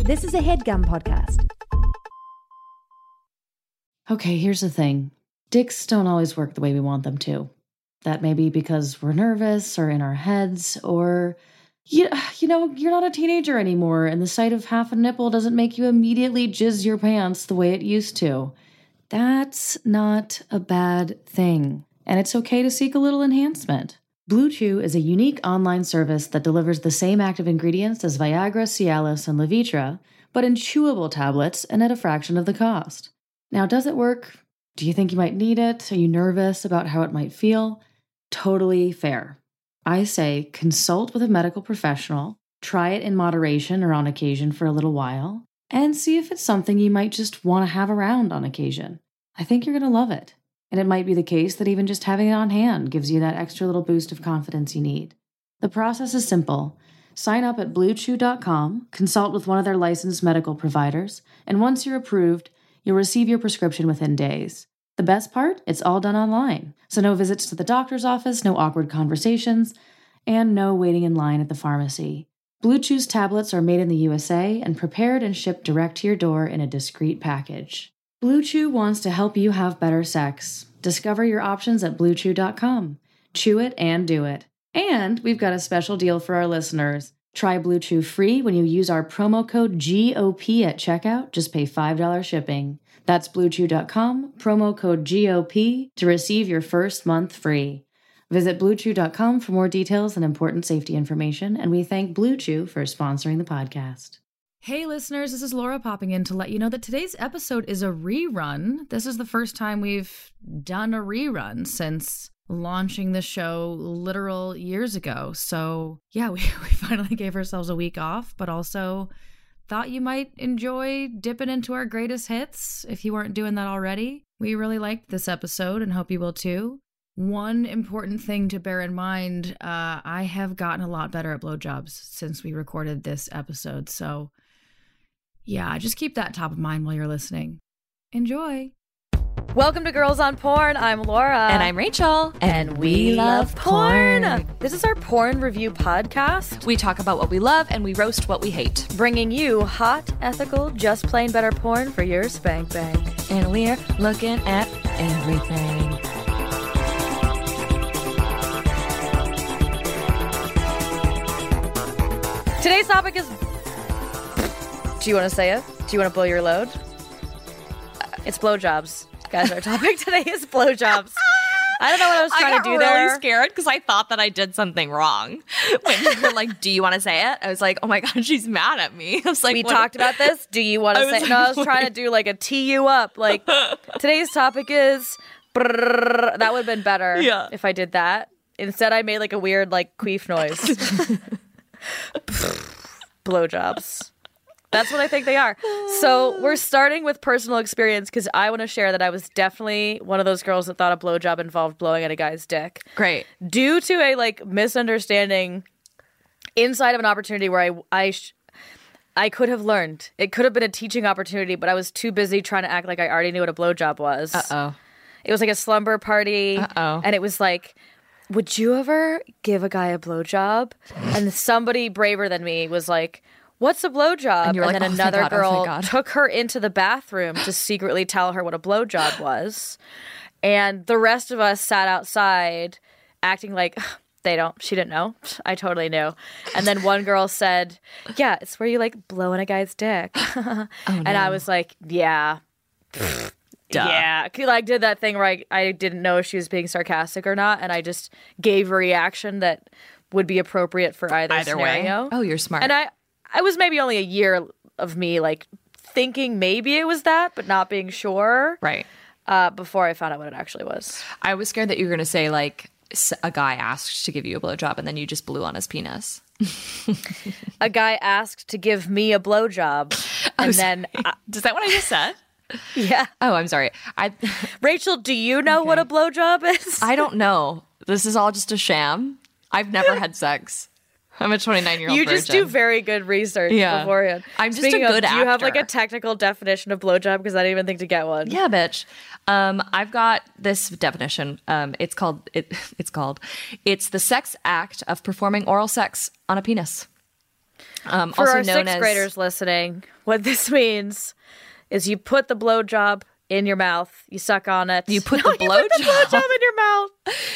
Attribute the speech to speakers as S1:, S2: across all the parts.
S1: This is a headgum podcast.
S2: Okay, here's the thing dicks don't always work the way we want them to. That may be because we're nervous or in our heads, or you, you know, you're not a teenager anymore, and the sight of half a nipple doesn't make you immediately jizz your pants the way it used to. That's not a bad thing, and it's okay to seek a little enhancement. Blue Chew is a unique online service that delivers the same active ingredients as Viagra, Cialis, and Levitra, but in chewable tablets and at a fraction of the cost. Now, does it work? Do you think you might need it? Are you nervous about how it might feel? Totally fair. I say consult with a medical professional, try it in moderation or on occasion for a little while, and see if it's something you might just want to have around on occasion. I think you're going to love it. And it might be the case that even just having it on hand gives you that extra little boost of confidence you need. The process is simple. Sign up at bluechew.com, consult with one of their licensed medical providers, and once you're approved, you'll receive your prescription within days. The best part? It's all done online. So no visits to the doctor's office, no awkward conversations, and no waiting in line at the pharmacy. Blue Chew's tablets are made in the USA and prepared and shipped direct to your door in a discreet package. Blue Chew wants to help you have better sex. Discover your options at bluechew.com. Chew it and do it. And we've got a special deal for our listeners. Try Blue Chew free when you use our promo code GOP at checkout. Just pay $5 shipping. That's bluechew.com, promo code GOP to receive your first month free. Visit bluechew.com for more details and important safety information, and we thank Blue Chew for sponsoring the podcast.
S3: Hey, listeners, this is Laura popping in to let you know that today's episode is a rerun. This is the first time we've done a rerun since launching the show literal years ago. So, yeah, we, we finally gave ourselves a week off, but also thought you might enjoy dipping into our greatest hits if you weren't doing that already. We really liked this episode and hope you will too. One important thing to bear in mind uh, I have gotten a lot better at blowjobs since we recorded this episode. So, yeah, just keep that top of mind while you're listening. Enjoy.
S4: Welcome to Girls on Porn. I'm Laura.
S5: And I'm Rachel.
S4: And we love porn. This is our porn review podcast,
S5: We talk about what we love and we roast what we hate.
S4: bringing you hot, ethical, just plain better porn for your spank bank.
S5: And we're looking at everything.
S4: Today's topic is. Do you want to say it? Do you want to blow your load? Uh, It's blowjobs, guys. Our topic today is blowjobs. I don't know what I was
S5: I
S4: trying
S5: got
S4: to do
S5: really
S4: there.
S5: scared because I thought that I did something wrong. When you were like, "Do you want to say it?" I was like, "Oh my god, she's mad at me." I was like,
S4: we
S5: what-
S4: talked about this. Do you want to
S5: I was
S4: say? no, I
S5: like,
S4: was trying to do like a tee you up. Like today's topic is. brrrr. that would have been better
S5: Yeah.
S4: if I did that. Instead, I made like a weird like queef noise. Blowjobs. That's what I think they are. So we're starting with personal experience because I want to share that I was definitely one of those girls that thought a blowjob involved blowing at a guy's dick
S5: Great.
S4: due to a like misunderstanding inside of an opportunity where I I sh- I could have learned. It could have been a teaching opportunity, but I was too busy trying to act like I already knew what a blowjob was.
S5: Oh,
S4: It was like a slumber party,
S5: Uh-oh.
S4: and it was like, would you ever give a guy a blowjob? And somebody braver than me was like. What's a blowjob?
S5: And you were like,
S4: then
S5: "Oh, thank
S4: another
S5: God, oh,
S4: girl
S5: thank God."
S4: took her into the bathroom to secretly tell her what a blowjob was and the rest of us sat outside acting like they don't she didn't know i totally knew and then one girl said yeah it's where you like blow in a guy's dick
S5: Oh,
S4: and i was like yeah yeah 'Cause i did that thing where I, I didn't know if she was being sarcastic or not and i just gave a reaction that would be appropriate for either,
S5: either
S4: scenario
S5: way. Oh, you're smart.
S4: and i i was maybe only a year of me like thinking maybe it was that but not being sure
S5: right.
S4: uh, before i found out what it actually was
S5: I was scared that you were gonna say like s- a guy asked to give you a blowjob and then you just blew on his penis.
S4: a guy asked to give me a blowjob, and then I,
S5: Is that what I just said?
S4: yeah,
S5: oh, I'm sorry. I
S4: Rachel, do you know what a blowjob is?
S5: I don't know. This is all just a sham. I've never had sex. I'm a 29 year old.
S4: you just do very good research
S5: Yeah.
S4: beforehand.
S5: I'm just a
S4: Speaking of,
S5: good
S4: Do you have like a
S5: actor.
S4: technical definition of blowjob? Because I didn't even think to get one.
S5: Yeah, bitch. Um, I've got this definition. Um, it's called it, it's called it's the sex act of performing oral sex on a penis. Um,
S4: For
S5: also
S4: our
S5: known
S4: sixth
S5: as
S4: graders listening, what this means is you put the blowjob in your mouth, you suck on it.
S5: you put the
S4: put the
S5: blowjob.
S4: blowjob in your mouth.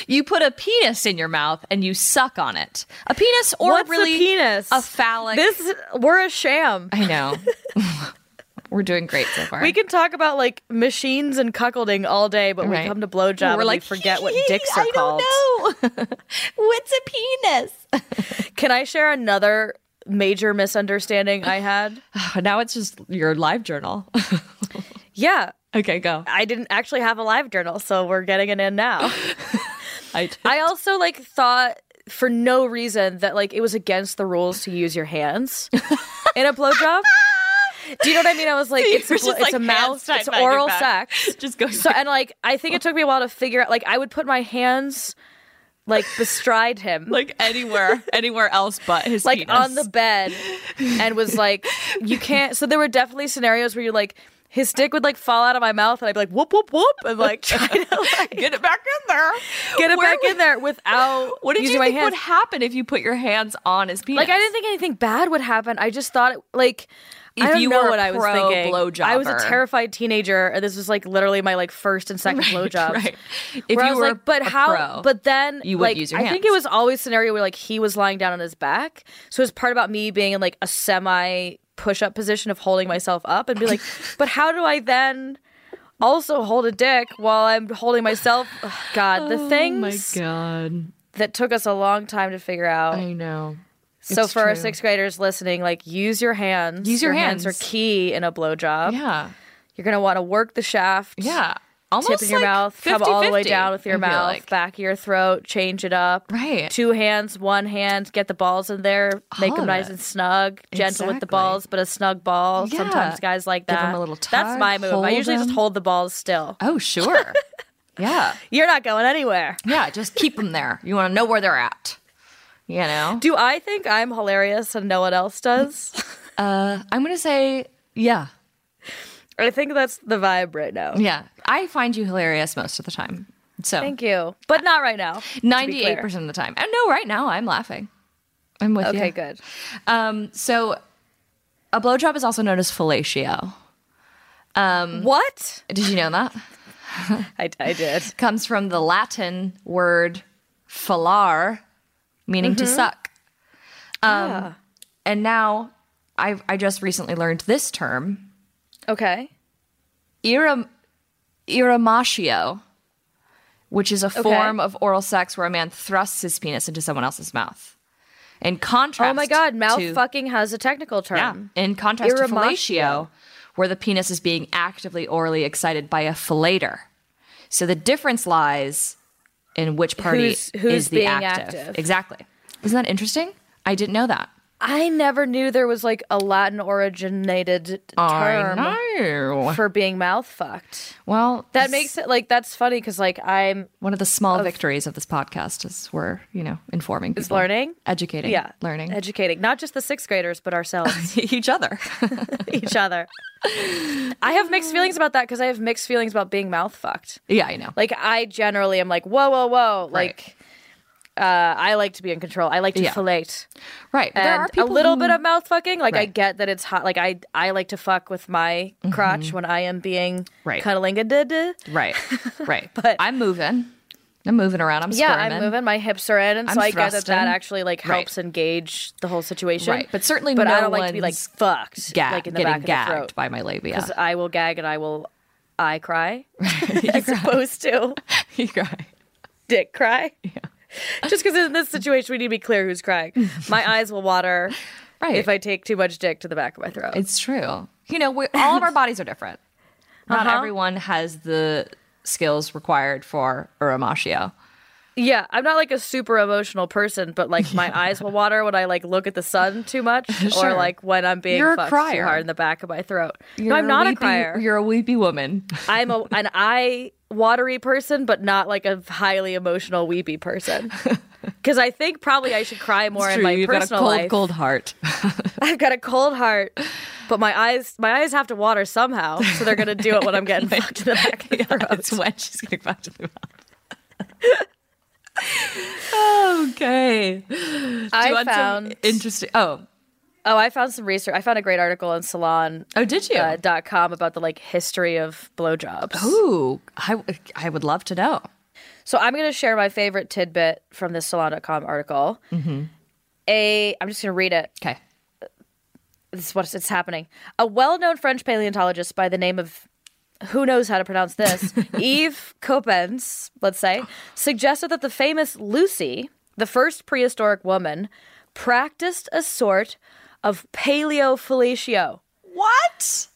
S5: you put a penis in your mouth and you suck on it. A penis or
S4: What's
S5: really
S4: a penis?
S5: a phallic.
S4: This we're a sham.
S5: I know. We're doing great so far.
S4: We can talk about like machines and cuckolding all day, but
S5: Right.
S4: we come to blowjob,
S5: We're
S4: and
S5: like
S4: we forget what dicks are
S5: I
S4: called.
S5: don't know. What's a penis?
S4: Can I share another major misunderstanding I had?
S5: Now it's just your live journal.
S4: Yeah,
S5: okay, go.
S4: I didn't actually have a live journal, so we're getting it in now.
S5: I
S4: I also like thought for no reason that like it was against the rules to use your hands in a blowjob. Do you know what I mean? I was like, it's a,
S5: were
S4: blo-
S5: just,
S4: it's
S5: like,
S4: a mouth,
S5: hands tied
S4: it's
S5: behind your
S4: oral
S5: back.
S4: sex.
S5: just go.
S4: So and like I think it took me a while to figure out. Like I would put my hands like bestride him, like,
S5: like anywhere, anywhere else but his penis.
S4: on the bed, and was like, you can't. So there were definitely scenarios where you're like. His dick would like fall out of my mouth, and I'd be like, whoop, whoop, whoop, and like try to like,
S5: get it back in there.
S4: get it
S5: Where
S4: back
S5: would-
S4: in there without
S5: What did
S4: using
S5: you
S4: my
S5: think
S4: hands.
S5: would happen if you put your hands on his penis?
S4: Like I didn't think anything bad would happen. I just thought it, like
S5: If
S4: I don't
S5: you
S4: know
S5: were a
S4: what I was
S5: pro
S4: thinking. I was a
S5: blowjobber.
S4: terrified teenager, and this was like literally my like first and second blowjobs.
S5: Right. If
S4: Where
S5: you
S4: I was
S5: were
S4: like, but
S5: a
S4: how?
S5: pro,
S4: but then
S5: you wouldn't
S4: like,
S5: use your
S4: I think it
S5: hands.
S4: was always scenario where like he was lying down on his back, so it was part about me being in like a semi push up position of holding myself up and be like, but how do I then? Also hold a dick while I'm holding myself. Ugh, God, the things
S5: Oh god,
S4: that took us a long time to figure out.
S5: I know.
S4: So
S5: It's
S4: for our
S5: true.
S4: sixth graders listening, like use your hands.
S5: Use your hands.
S4: are key in a blowjob.
S5: Yeah,
S4: You're gonna want to work the shaft.
S5: yeah.
S4: Tip
S5: Almost
S4: in your
S5: like
S4: mouth, come all the way
S5: 50-50,
S4: down with your
S5: I feel
S4: mouth,
S5: like.
S4: back of your throat, change it up.
S5: Right.
S4: Two hands, one hand, get the balls in there, make
S5: All
S4: them
S5: of
S4: nice
S5: it.
S4: and snug, gentle with
S5: Oh.
S4: the
S5: Exactly.
S4: balls, but a snug ball.
S5: Yeah.
S4: Sometimes guys like
S5: Give
S4: that.
S5: 'em a little
S4: That's
S5: tug,
S4: my move. I
S5: hold
S4: usually just
S5: them.
S4: hold the balls still.
S5: Oh sure. yeah,
S4: You're not going anywhere.
S5: yeah. Just keep them there. You want to know where they're at. You know.
S4: Do I think I'm hilarious and no one else does?
S5: Uh, I'm gonna say yeah,
S4: I think that's the vibe right now.
S5: yeah. I find you hilarious most of the time. So
S4: Thank you. But not right now. to be clear.
S5: Ninety-eight percent of the time. I know. Right now, I'm laughing. I'm with you.
S4: Okay, good.
S5: Um, so a blowjob is also known as fellatio.
S4: What?
S5: Did you know that?
S4: I, I did.
S5: Comes from the Latin word fallar, meaning
S4: Mm-hmm.
S5: to suck. Um,
S4: Ah.
S5: And now I I just recently learned this term,
S4: Okay.
S5: iram, iramatio, which is a form of oral sex where a man thrusts his penis into someone else's mouth. In contrast,
S4: Oh my God, mouth
S5: to-
S4: fucking has a technical
S5: Yeah.
S4: term.
S5: In contrast to
S4: Iramatio.
S5: fellatio, where the penis is being actively orally excited by a fellator. So the difference lies in which party
S4: Who's- who's
S5: is the
S4: being
S5: active.
S4: active.
S5: Exactly. Isn't that interesting? I didn't know that.
S4: I never knew there was like a Latin originated term
S5: know.
S4: for being mouth fucked.
S5: Well,
S4: That
S5: this-
S4: makes it like that's funny because like I'm
S5: one of the small victories of this podcast is we're, you know, informing people.
S4: learning.
S5: Educating.
S4: yeah
S5: Learning.
S4: educating not just the sixth graders but ourselves
S5: each other.
S4: each other. I have mixed feelings about that because I have mixed feelings about being mouth fucked.
S5: yeah, I know.
S4: Like I generally am like whoa whoa whoa
S5: Right.
S4: like uh, I like to be in control. I like to
S5: Yeah.
S4: fillet.
S5: right. But there
S4: and
S5: are people
S4: a little
S5: who-
S4: bit of mouth fucking. Like I
S5: Right. Mm-hmm.
S4: get that it's hot. Like I I like to fuck with my crotch when I am being
S5: Right.
S4: cuddling a duh-duh.
S5: Right. Right.
S4: But-
S5: I'm moving. I'm moving around. I'm
S4: Yeah,
S5: squirming.
S4: I'm moving. My hips are in, and so
S5: I'm
S4: I get that that
S5: thrusting.
S4: actually like
S5: Right.
S4: helps engage the whole situation.
S5: Right, but certainly
S4: but I
S5: no
S4: don't like to be like
S5: one's
S4: fucked,
S5: gag,
S4: like in the
S5: getting
S4: back
S5: gagged
S4: of the throat,
S5: by my labia.
S4: because I will gag and I will I cry as opposed to
S5: you cry.
S4: dick cry. Just because in this situation we need to be clear who's crying. My eyes will water
S5: Right.
S4: if I take too much dick to the back of my throat.
S5: it's true. You know, we, all of our bodies are different. Not
S4: Uh-huh.
S5: everyone has the skills required for uramatio.
S4: Yeah, I'm not like a super emotional person, but like my eyes will water when I like look at the sun too much, or
S5: Sure.
S4: like when I'm being
S5: You're a
S4: fucked too
S5: crier.
S4: hard in the back of my throat.
S5: You're
S4: no, I'm not a,
S5: weepy-
S4: crier.
S5: You're a weepy woman.
S4: I'm a an eye watery person, but not like a highly emotional weepy person. Because I think probably I should cry more in my
S5: You've got a
S4: personal
S5: cold,
S4: life.
S5: cold heart.
S4: I've got a cold heart, but my eyes my eyes have to water somehow, so they're gonna do it when I'm getting fucked in the back of the throat.
S5: That's when she's getting back to the mouth. okay. Do you
S4: I
S5: want some
S4: found
S5: interesting. Oh,
S4: Oh, I found some research. I found a great article in Salon
S5: Oh, did you?
S4: uh, dot com about the like history of blowjobs.
S5: Ooh, I, I would love to know.
S4: So I'm going to share my favorite tidbit from this Salon.com article. A, I'm just going to read it.
S5: Okay.
S4: This is what's it's happening. A well-known French paleontologist by the name of who knows how to pronounce this, Yves Coppens, let's say, suggested that the famous Lucy, the first prehistoric woman, practiced a sort of paleophilatio.
S5: What?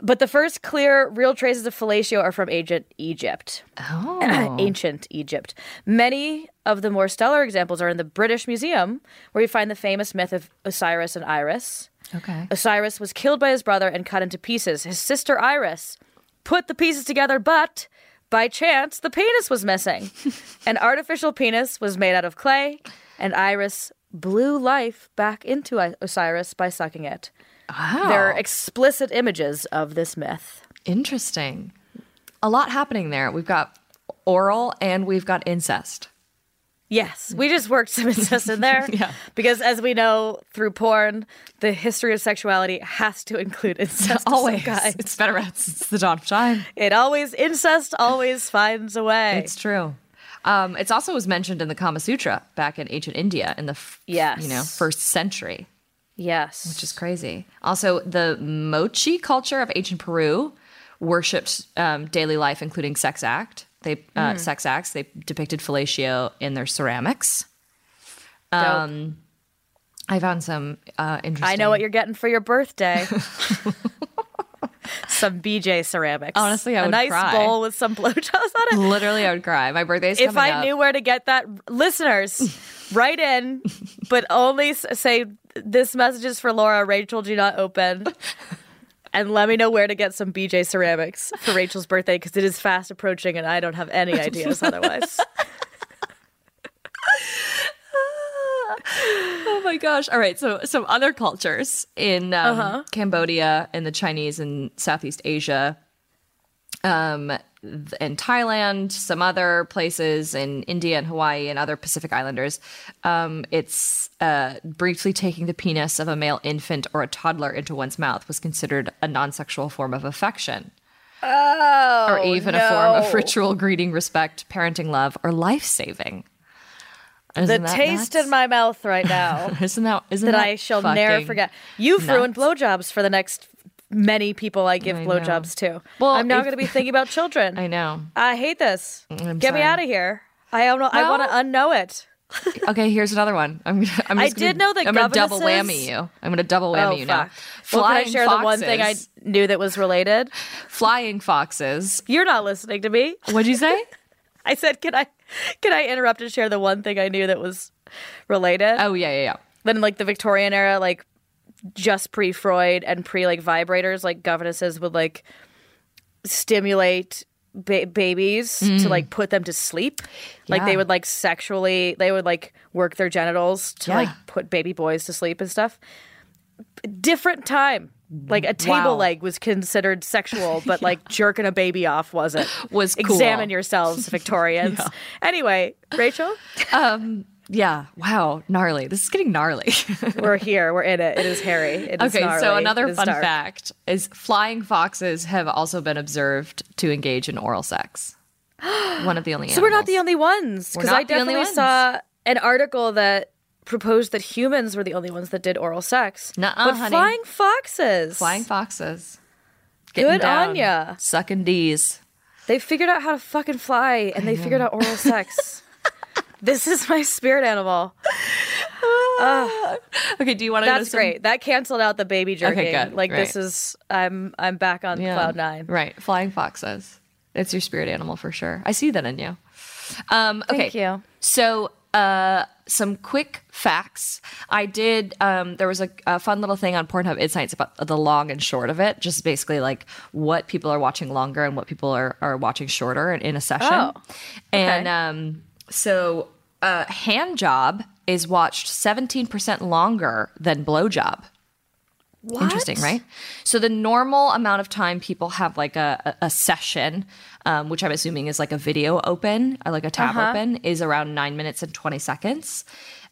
S4: But the first clear, real traces of fellatio are from ancient Egypt.
S5: Oh.
S4: ancient Egypt. Many of the more stellar examples are in the British Museum, where you find the famous myth of Osiris and Iris.
S5: Okay.
S4: Osiris was killed by his brother and cut into pieces. His sister Iris put the pieces together, but by chance, the penis was missing. An artificial penis was made out of clay, and Iris blew life back into I- Osiris by sucking it.
S5: Wow.
S4: There are explicit images of this myth.
S5: Interesting. A lot happening there. We've got oral and we've got incest.
S4: Yes, we just worked some incest in there.
S5: Yeah.
S4: Because as we know through porn, the history of sexuality has to include incest. of some kind.
S5: It's been around since the dawn of time.
S4: It always, incest always finds a way.
S5: It's true. Um, it's also was mentioned in the Kama Sutra back in ancient India in the f-
S4: Yes.
S5: you know first century,
S4: yes.
S5: which is crazy. Also, the Mochi culture of ancient Peru worshipped um, daily life, including sex act. They uh,
S4: Hmm.
S5: sex acts. They depicted fellatio in their ceramics. Um, I found some uh, interesting.
S4: I know what you're getting for your birthday. some BJ ceramics.
S5: Honestly, I
S4: a
S5: would
S4: nice
S5: cry.
S4: bowl with some blowjobs on it.
S5: Literally, I would cry. My birthday's
S4: if
S5: coming
S4: I
S5: up.
S4: knew where to get that, listeners, write in, but only s- say this message is for Laura. Rachel, do not open. And let me know where to get some BJ ceramics for Rachel's birthday because it is fast approaching and I don't have any ideas otherwise.
S5: Oh my gosh! All right, so some other cultures in um,
S4: Uh-huh.
S5: Cambodia and the Chinese and Southeast Asia, um, th- and Thailand, some other places in India and Hawaii and other Pacific Islanders. Um, it's uh, briefly taking the penis of a male infant or a toddler into one's mouth was considered a non-sexual form of affection. Oh, or even a form of ritual greeting, respect, parenting, love, or life saving.
S4: the taste in my mouth right now
S5: Isn't that isn't
S4: that
S5: that
S4: I shall ne'er
S5: fucking-
S4: forget. You've ruined
S5: nuts.
S4: blowjobs for the next many people I give
S5: I know.
S4: blowjobs to.
S5: Well,
S4: I'm now
S5: if-
S4: going to be thinking about children.
S5: I know.
S4: I hate this.
S5: I'm
S4: Get me
S5: sorry.
S4: out of here. I don't know. I want to
S5: Well-
S4: unknow it.
S5: Okay, here's another one. I'm gonna, I'm
S4: I
S5: just gonna-
S4: did know that
S5: I'm gonna double whammy
S4: governesses- Oh,
S5: you. I'm gonna double whammy you now.
S4: Well, can I share
S5: foxes,
S4: the one thing I knew that was related?
S5: flying foxes.
S4: You're not listening to me.
S5: What'd you say?
S4: I said, can I can I interrupt and share the one thing I knew that was related?
S5: oh yeah, yeah, yeah.
S4: Then like the Victorian era, like just pre Freud and pre like vibrators, like governesses would like stimulate ba- babies to like put them to sleep. Like they
S5: Mm. Yeah.
S4: would like sexually, they would like work their genitals to
S5: Yeah.
S4: like put baby boys to sleep and stuff. Different time. Like a table
S5: Wow.
S4: leg was considered sexual, but like jerking a baby off wasn't.
S5: Was cool.
S4: Examine yourselves, Victorians. Anyway, Rachel,
S5: Yeah. Wow. Gnarly. This is getting gnarly.
S4: we're here. We're in it. It is hairy. It is
S5: okay. So
S4: gnarly.
S5: another
S4: It is
S5: fun
S4: dark.
S5: fact is flying foxes have also been observed to engage in oral sex. One of the only.
S4: So we're not the only ones.
S5: We're
S4: Because I
S5: not the only
S4: definitely
S5: ones.
S4: saw an article that proposed that humans were the only ones that did oral sex.
S5: Nuh-uh,
S4: but
S5: honey.
S4: flying foxes.
S5: flying foxes.
S4: Good on ya.
S5: Sucking D's.
S4: They figured out how to fucking fly and they figured out oral sex. this is my spirit animal.
S5: Okay, do you want to?
S4: That's great. That canceled out the baby jerking.
S5: good.
S4: Like this
S5: Right.
S4: is I'm I'm back on cloud nine.
S5: Right, flying foxes. It's your spirit animal for sure. I see that in you. Um, okay.
S4: Thank you.
S5: So, uh, some quick facts. I did. Um, there was a, a fun little thing on Pornhub Insights about the long and short of it. Just basically like what people are watching longer and what people are are watching shorter in, in a session.
S4: Oh,
S5: And um, so, uh, hand job is watched seventeen percent longer than blow job. Interesting, right? So the normal amount of time people have like a, a a session, um, which I'm assuming is like a video open, or like a tab open, is around nine minutes and twenty seconds,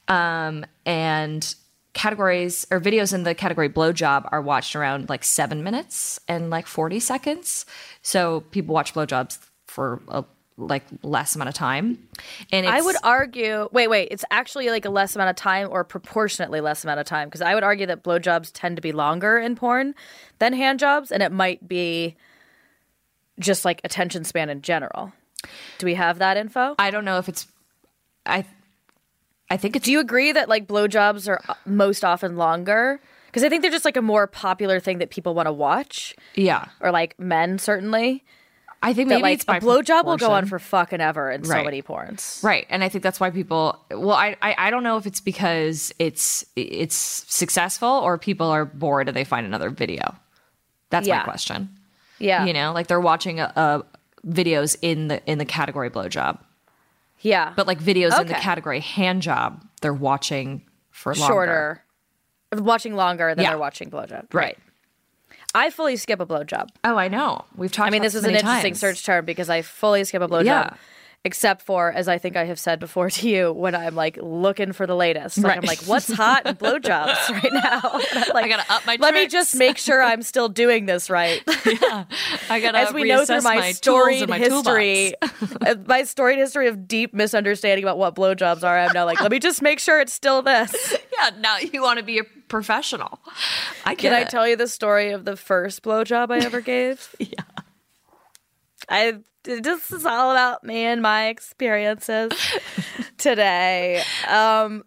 S5: um, and categories or videos in the category blowjob are watched around like seven minutes and like 40 seconds. So people watch blowjobs for a like less amount of time. And it's,
S4: I would argue. Wait, wait. It's actually like a less amount of time, or proportionately less amount of time, because I would argue that blowjobs tend to be longer in porn than hand jobs, and it might be just like attention span in general. Do we have that info?
S5: I don't know if it's, I, I think it's
S4: Do you agree that like blowjobs are uh, most often longer? Because I think they're just like a more popular thing that people want to watch,
S5: yeah.
S4: or like men certainly.
S5: I think
S4: That
S5: maybe
S4: like
S5: it's by
S4: a blowjob will go on
S5: proportion.
S4: for fucking ever in so
S5: Right.
S4: many porns.
S5: Right. And I think that's why people well, I, I I don't know if it's because it's it's successful or people are bored and they find another video. That's
S4: Yeah.
S5: my question.
S4: Yeah,
S5: You know, like they're watching uh uh videos in the in the category blowjob.
S4: yeah,
S5: But like videos in the
S4: Okay.
S5: category hand job, they're watching for longer.
S4: shorter, watching longer than
S5: Yeah.
S4: they're watching blowjob.
S5: Right.
S4: I fully skip a blowjob.
S5: Oh, I know. We've talked
S4: I mean,
S5: about
S4: this
S5: this
S4: is an
S5: many
S4: interesting
S5: times.
S4: search term because I fully skip a blowjob.
S5: Yeah.
S4: Except for, as I think I have said before to you, when I'm like looking for the latest, like I'm
S5: Right.
S4: like, what's hot in blowjobs right now? And I'm like,
S5: I gotta up my
S4: Let me
S5: tricks.
S4: just make sure I'm still doing this right.
S5: I gotta
S4: As we know
S5: reassess
S4: through my,
S5: my tools
S4: storied
S5: and my
S4: history,
S5: toolbox.
S4: uh, my storied history of deep misunderstanding about what blowjobs are, I'm now like, let me just make sure it's still this.
S5: Yeah, now you want to be a professional. I get
S4: Did I
S5: it.
S4: tell you the story of the first blowjob I ever gave? yeah. I this is all about me and my experiences today. Um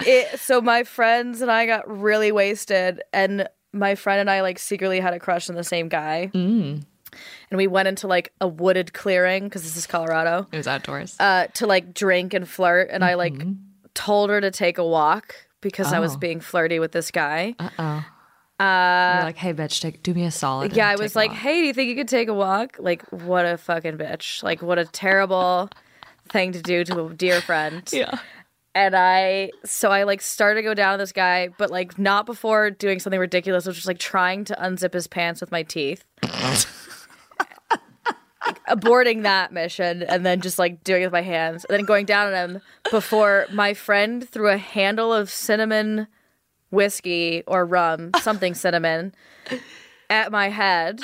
S4: it, so my friends and I got really wasted and my friend and I like secretly had a crush on the same guy. Mm. And we went into like a wooded clearing because this is Colorado
S5: It was outdoors.
S4: uh, to like drink and flirt, and I like told her to take a walk because I was
S5: Oh.
S4: being flirty with this guy.
S5: Uh-oh.
S4: Uh,
S5: You're like, hey, bitch, take, do me a solid.
S4: yeah,
S5: and
S4: I
S5: take
S4: was
S5: a
S4: like,
S5: walk."
S4: hey, do you think you could take a walk? Like, what a fucking bitch! Like, what a terrible thing to do to a dear friend.
S5: yeah,
S4: And I, so I like started to go down on this guy, but like not before doing something ridiculous, which was like trying to unzip his pants with my teeth. aborting that mission and then just like doing it with my hands and then going down on him before my friend threw a handle of cinnamon whiskey or rum, something cinnamon, at my head,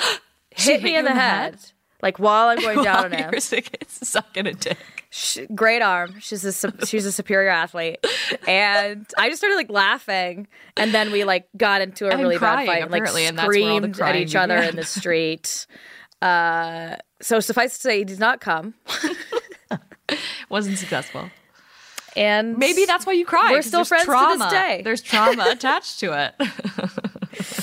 S5: hit
S4: hit me in
S5: you
S4: the
S5: in the
S4: head, like while I'm going down on him.
S5: You're sick- it's sucking a dick.
S4: She, great arm. She's a sup- she's a superior athlete, and I just started like laughing, and then we like got into a
S5: And
S4: really
S5: crying,
S4: bad fight and like
S5: apparently, and that's where all the
S4: screamed at
S5: crying
S4: each other
S5: began.
S4: in the street. Uh, so suffice to say, he did not come,
S5: Wasn't successful.
S4: and
S5: Maybe that's why you cried.
S4: We're
S5: 'cause
S4: still
S5: there's
S4: friends to
S5: trauma.
S4: this day.
S5: There's trauma attached to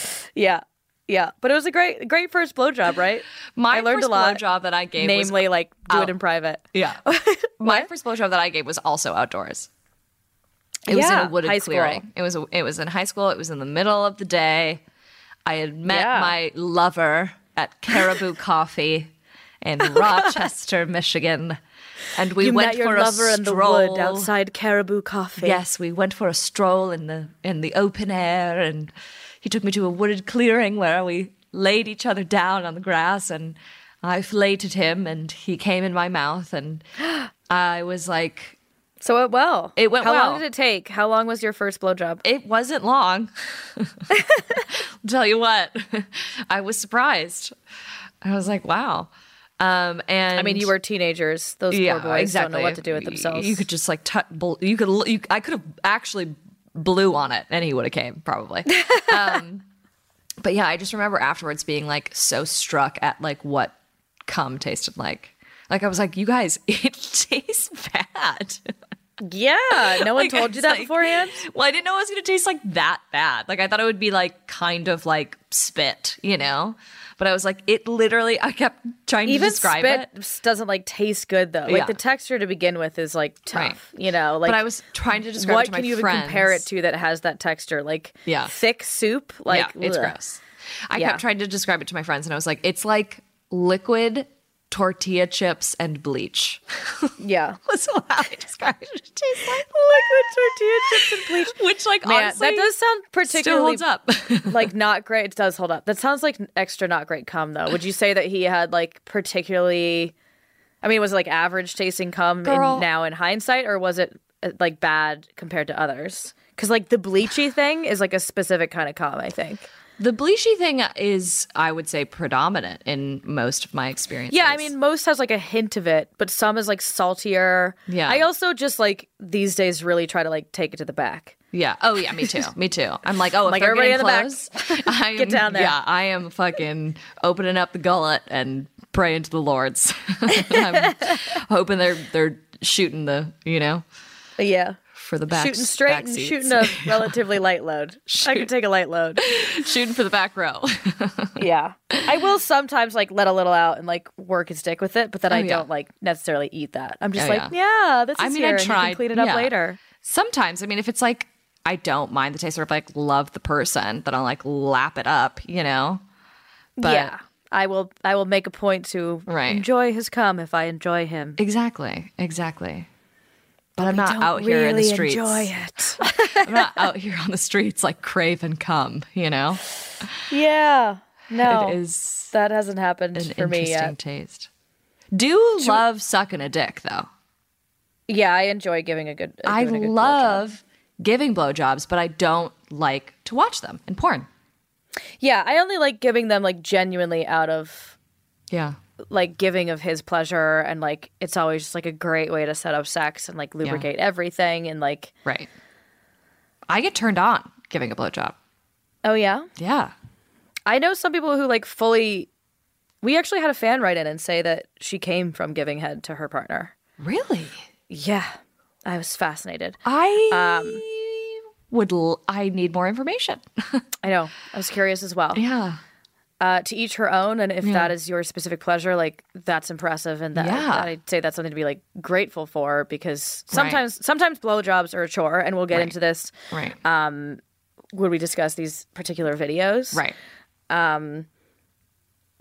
S5: it.
S4: yeah, yeah. But it was a great great first blowjob, right?
S5: My
S4: I learned
S5: first
S4: a lot,
S5: blowjob that I gave, was-
S4: namely like do
S5: out.
S4: it in private.
S5: yeah, my first blowjob that I gave was also outdoors. It was in
S4: Yeah,
S5: a wooded
S4: high school.
S5: clearing. It was a, it was in high school. It was in the middle of the day. I had met
S4: Yeah.
S5: my lover at Caribou Coffee in Rochester, Michigan, and we
S4: you
S5: went
S4: met
S5: for
S4: your
S5: a
S4: lover
S5: stroll
S4: in the wood outside Caribou Coffee.
S5: Yes, we went for a stroll in the in the open air, and he took me to a wooded clearing where we laid each other down on the grass, and I filleted him, and he came in my mouth, and I was like,
S4: So it well.
S5: It went
S4: How
S5: well.
S4: long did it take? How long was your first blowjob?
S5: it wasn't long. I'll tell you what, I was surprised. I was like, wow. Um, and
S4: I mean, you were teenagers. Those poor boys don't know what to do with themselves.
S5: You could just like tut bl- you could l- you, I could have actually blew on it and he would have came probably. um, but yeah, I just remember afterwards being like so struck at like what cum tasted like. Like I was like, you guys, it tastes bad.
S4: yeah, no one
S5: Like, I
S4: told you
S5: was
S4: that
S5: like-
S4: beforehand.
S5: Well, I didn't know it was going to taste like that bad. Like I thought it would be like kind of like spit, you know. But I was like, it literally. I kept trying
S4: Even
S5: to describe
S4: spit
S5: it.
S4: doesn't like taste good though. Like
S5: Yeah.
S4: the texture to begin with is like tough.
S5: Right.
S4: You know, like
S5: but I was trying to describe it
S4: what
S5: to my
S4: can you even
S5: friends.
S4: compare it to that has that texture? Like
S5: Yeah.
S4: thick soup. Like
S5: yeah, it's
S4: ugh.
S5: gross. I
S4: Yeah.
S5: kept trying to describe it to my friends, and I was like, "It's like liquid tortilla chips and bleach."
S4: Yeah.
S5: That's how I described it. It tastes like liquid tortilla chips and bleach, which, like,
S4: Man,
S5: honestly,
S4: that does sound
S5: still
S4: particularly
S5: holds up.
S4: like not great. It does hold up. That sounds like extra not great cum though. Would you say that he had like particularly? I mean, was it like average tasting cum in,
S5: Girl.
S4: now in hindsight, or was it uh, like bad compared to others? Because like the bleachy thing is like a specific kind of cum, I think.
S5: The bleachy thing is, I would say, predominant in most of my experiences.
S4: Yeah, I mean, most has like a hint of it, but some is like saltier.
S5: Yeah.
S4: I also just like these days really try to like take it to the back.
S5: yeah. Oh, yeah, me too. Me too. I'm like, oh, if
S4: Like
S5: they're
S4: everybody
S5: getting
S4: in the back.
S5: close, I am,
S4: Get down there.
S5: Yeah, I am fucking opening up the gullet and praying to the lords. I'm hoping they're they're shooting the you know
S4: Yeah.
S5: for the back
S4: shooting straight
S5: back
S4: and
S5: seats.
S4: shooting a relatively light load. I could take a light load.
S5: shooting for the back row.
S4: Yeah. I will sometimes like let a little out and like work his dick with it, but then I
S5: Oh, yeah.
S4: don't like necessarily eat that. I'm just
S5: Oh,
S4: like, yeah, this is
S5: I mean,
S4: here.
S5: I
S4: and you can
S5: tried.
S4: clean it up
S5: yeah.
S4: later.
S5: Sometimes, I mean, if it's like I don't mind the taste, or if I like, love the person, then I'll like lap it up, you know. But
S4: yeah. I will I will make a point to
S5: Right.
S4: enjoy his cum if I enjoy him.
S5: exactly, exactly. But, I'm not out here in the streets.
S4: Enjoy it.
S5: I'm not out here on the streets like crave and come, you know.
S4: yeah. No.
S5: It is
S4: That hasn't happened
S5: an
S4: Oh. for me
S5: interesting
S4: yet.
S5: taste. Do love sucking a dick though.
S4: Yeah, I enjoy giving a good. Uh,
S5: I
S4: giving a good
S5: love giving blowjobs, but I don't like to watch them in porn.
S4: blowjob. Yeah, I only like giving them like genuinely out of
S5: Yeah.
S4: like giving of his pleasure, and like it's always just like a great way to set up sex and like lubricate everything, and like
S5: Right. I get turned on giving a blowjob.
S4: oh yeah,
S5: Yeah.
S4: I know some people who like fully. We actually had a fan write in and say that she came from giving head to her partner.
S5: Really?
S4: Yeah, I was fascinated.
S5: I Um, would l- I need more information.
S4: I know. I was curious as well.
S5: yeah.
S4: uh, to each her own. And if that is your specific pleasure, like that's impressive. And that,
S5: Yeah.
S4: I'd say that's something to be like grateful for because sometimes sometimes blowjobs are a chore, and we'll get into this
S5: Right.
S4: Um, when we discuss these particular videos.
S5: right.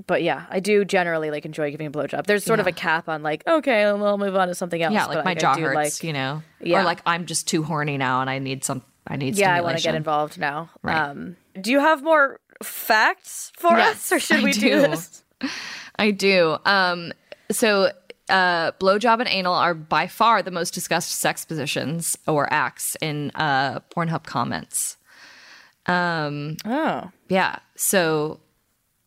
S4: But yeah, I do generally like enjoy giving a blowjob. There's sort of a cap on like, okay, well, I'll move on to something else.
S5: Yeah, like
S4: but,
S5: my jaw
S4: I do
S5: hurts,
S4: like,
S5: you know.
S4: Yeah.
S5: Or like I'm just too horny now and I need some I need
S4: yeah, I want to
S5: stimulation.
S4: get involved now.
S5: Right.
S4: Um, do you have more facts for
S5: Yes,
S4: us, or should
S5: I
S4: we do.
S5: do.
S4: this?
S5: I do. Um, so, uh, blowjob and anal are by far the most discussed sex positions or acts in uh, Pornhub comments. Um,
S4: Oh,
S5: Yeah. So,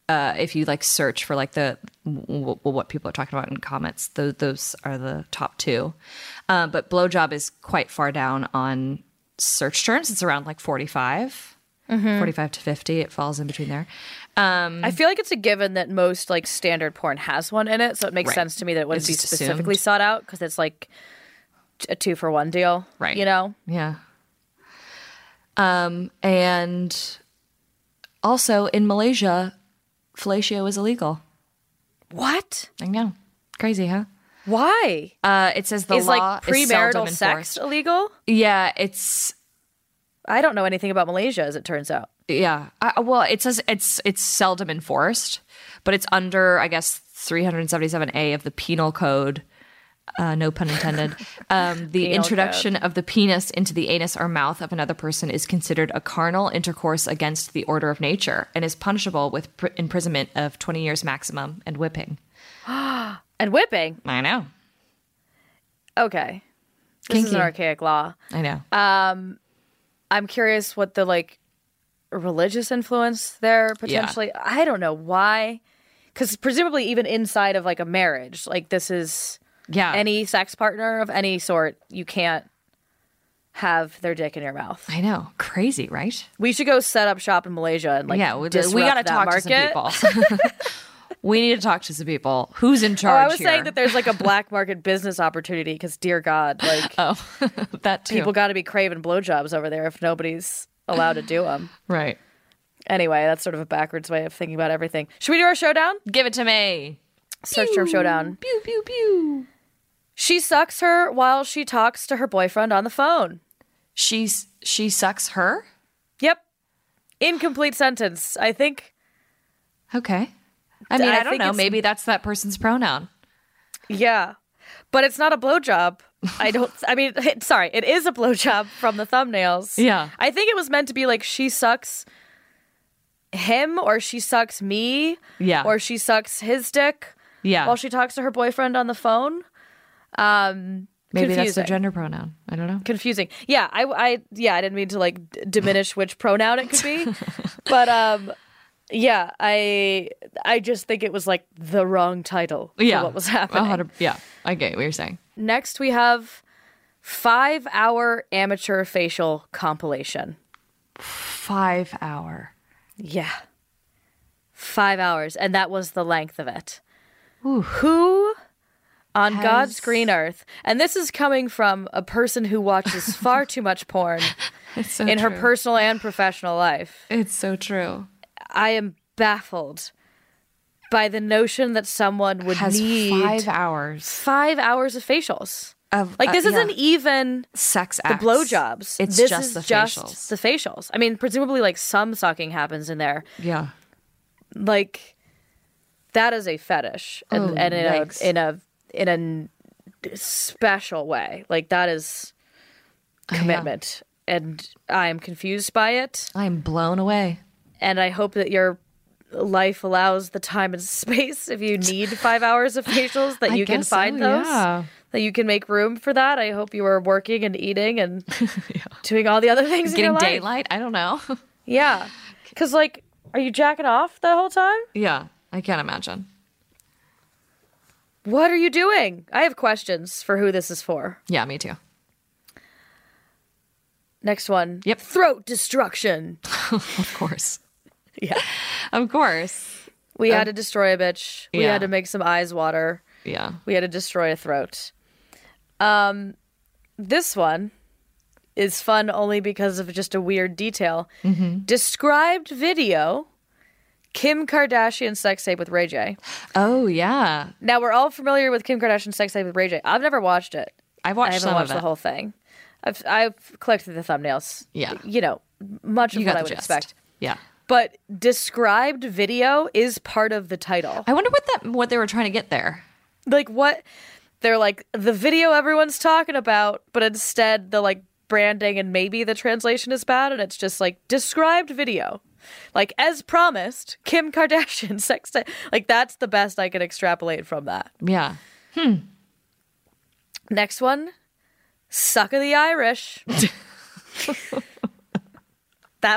S5: uh, if you like search for like the w- w- what people are talking about in comments, those those are the top two. Uh, but blowjob is quite far down on search terms. It's around like 45, 45 to fifty. It falls in between there. Um,
S4: I feel like it's a given that most like standard porn has one in it, so it makes sense to me that it wouldn't
S5: It's
S4: be
S5: just
S4: specifically
S5: assumed.
S4: sought out because it's like t- a two for one deal,
S5: Right.
S4: You know,
S5: Yeah. Um, and also in Malaysia, fellatio is illegal.
S4: what?
S5: I know. Crazy, huh?
S4: Why
S5: Uh, it says the
S4: is
S5: law
S4: like
S5: is seldom
S4: premarital sex
S5: enforced.
S4: illegal?
S5: Yeah, it's
S4: I don't know anything about Malaysia, as it turns out.
S5: yeah. I, well, it says it's it's seldom enforced, but it's under I guess 377A of the penal code. Uh, no pun intended. Um, the introduction of the penis into the anus or mouth of another person is considered a carnal intercourse against the order of nature and is punishable with pr- imprisonment of 20 years maximum and whipping.
S4: And whipping,
S5: I know.
S4: okay, this is an
S5: Kinky.
S4: archaic law.
S5: I know. Uh,
S4: I'm curious what the like religious influence there potentially. I don't know why, because presumably even inside of like a marriage, like this is.
S5: yeah.
S4: any sex partner of any sort, you can't have their dick in your mouth.
S5: I know. Crazy, right?
S4: We should go set up shop in Malaysia and like
S5: yeah, we,
S4: disrupt
S5: we gotta
S4: that
S5: talk
S4: market.
S5: to some people. we need to talk to some people. Who's in
S4: Oh,
S5: charge?
S4: I was
S5: here?
S4: saying that there's like a black market business opportunity because dear God, like
S5: Oh, that too.
S4: people got to be craving blowjobs over there if nobody's allowed to do them.
S5: right.
S4: Anyway, that's sort of a backwards way of thinking about everything. Should we do our showdown?
S5: Give it to me.
S4: Search term showdown.
S5: Pew pew pew.
S4: She sucks her while she talks to her boyfriend on the phone.
S5: She's she sucks her.
S4: Yep. Incomplete sentence. I think
S5: Okay. I mean,
S4: I
S5: I, don't
S4: think
S5: know.
S4: it's-
S5: Maybe that's that person's pronoun.
S4: Yeah, but it's not a blowjob. I don't. I mean, sorry, it is a blowjob from the thumbnails.
S5: Yeah.
S4: I think it was meant to be like she sucks him, or she sucks me,
S5: Yeah.
S4: or she sucks his dick
S5: yeah.
S4: while she talks to her boyfriend on the phone. Um,
S5: Maybe that's the
S4: Confusing.
S5: gender pronoun. I don't know.
S4: confusing. Yeah, I, I, yeah, I didn't mean to like d- diminish which pronoun it could be, but um, yeah, I, I just think it was like the wrong title. for
S5: Yeah.
S4: what was
S5: A
S4: happening?
S5: hundred- yeah. I get what you're saying.
S4: Next, we have five-hour amateur facial compilation.
S5: Five hour.
S4: Yeah. Five hours. And that was the length of it. Who on God's green earth, and this is coming from a person who watches far too much porn
S5: It's so
S4: in her
S5: true.
S4: personal and professional life.
S5: It's so true.
S4: I am baffled by the notion that someone would
S5: Has
S4: need
S5: five hours
S4: five hours of facials.
S5: of
S4: Like,
S5: uh,
S4: this
S5: yeah,
S4: isn't even
S5: sex
S4: the
S5: acts.
S4: blowjobs.
S5: It's
S4: this
S5: just
S4: is
S5: the
S4: just
S5: facials.
S4: the facials. I mean, presumably, like, some sucking happens in there.
S5: yeah.
S4: like that is a fetish and,
S5: Oh,
S4: and in
S5: yikes.
S4: a in a in a n- special way like that is
S5: yeah.
S4: commitment and i am confused by it
S5: I'm blown away.
S4: and i hope that your life allows the time and space if you need five hours of facials that
S5: I
S4: you can
S5: guess so,
S4: find those
S5: yeah.
S4: that you can make room for that i hope you are working and eating and doing all the other things in your
S5: Getting
S4: life
S5: daylight? I don't know.
S4: yeah because like are you jacking off the whole time
S5: yeah. I can't imagine.
S4: What are you doing? I have questions for who this is for.
S5: Yeah, me too.
S4: Next one.
S5: Yep.
S4: Throat destruction.
S5: Of course.
S4: Yeah.
S5: Of course.
S4: We had to destroy a bitch. We
S5: Um, yeah.
S4: had to make some eyes water.
S5: Yeah.
S4: We had to destroy a throat. Um this one is fun only because of just a weird detail.
S5: Mm-hmm.
S4: Described video Kim Kardashian sex tape with Ray J.
S5: Oh, yeah.
S4: Now we're all familiar with Kim Kardashian sex tape with Ray J. I've never watched it.
S5: I've
S4: I
S5: watched
S4: haven't
S5: some
S4: watched
S5: of
S4: the
S5: it.
S4: whole thing. I've I've clicked through the thumbnails.
S5: Yeah.
S4: you know, much of
S5: you
S4: what
S5: got
S4: I
S5: the
S4: would
S5: gist.
S4: expect.
S5: Yeah.
S4: But described video is part of the title.
S5: I wonder what that what they were trying to get there.
S4: Like what they're like the video everyone's talking about, but instead the like branding and maybe the translation is bad, and it's just like described video. Like as promised, Kim Kardashian sex tape. Like that's the best I can extrapolate from that.
S5: Yeah.
S4: Next one, Suck of the Irish. that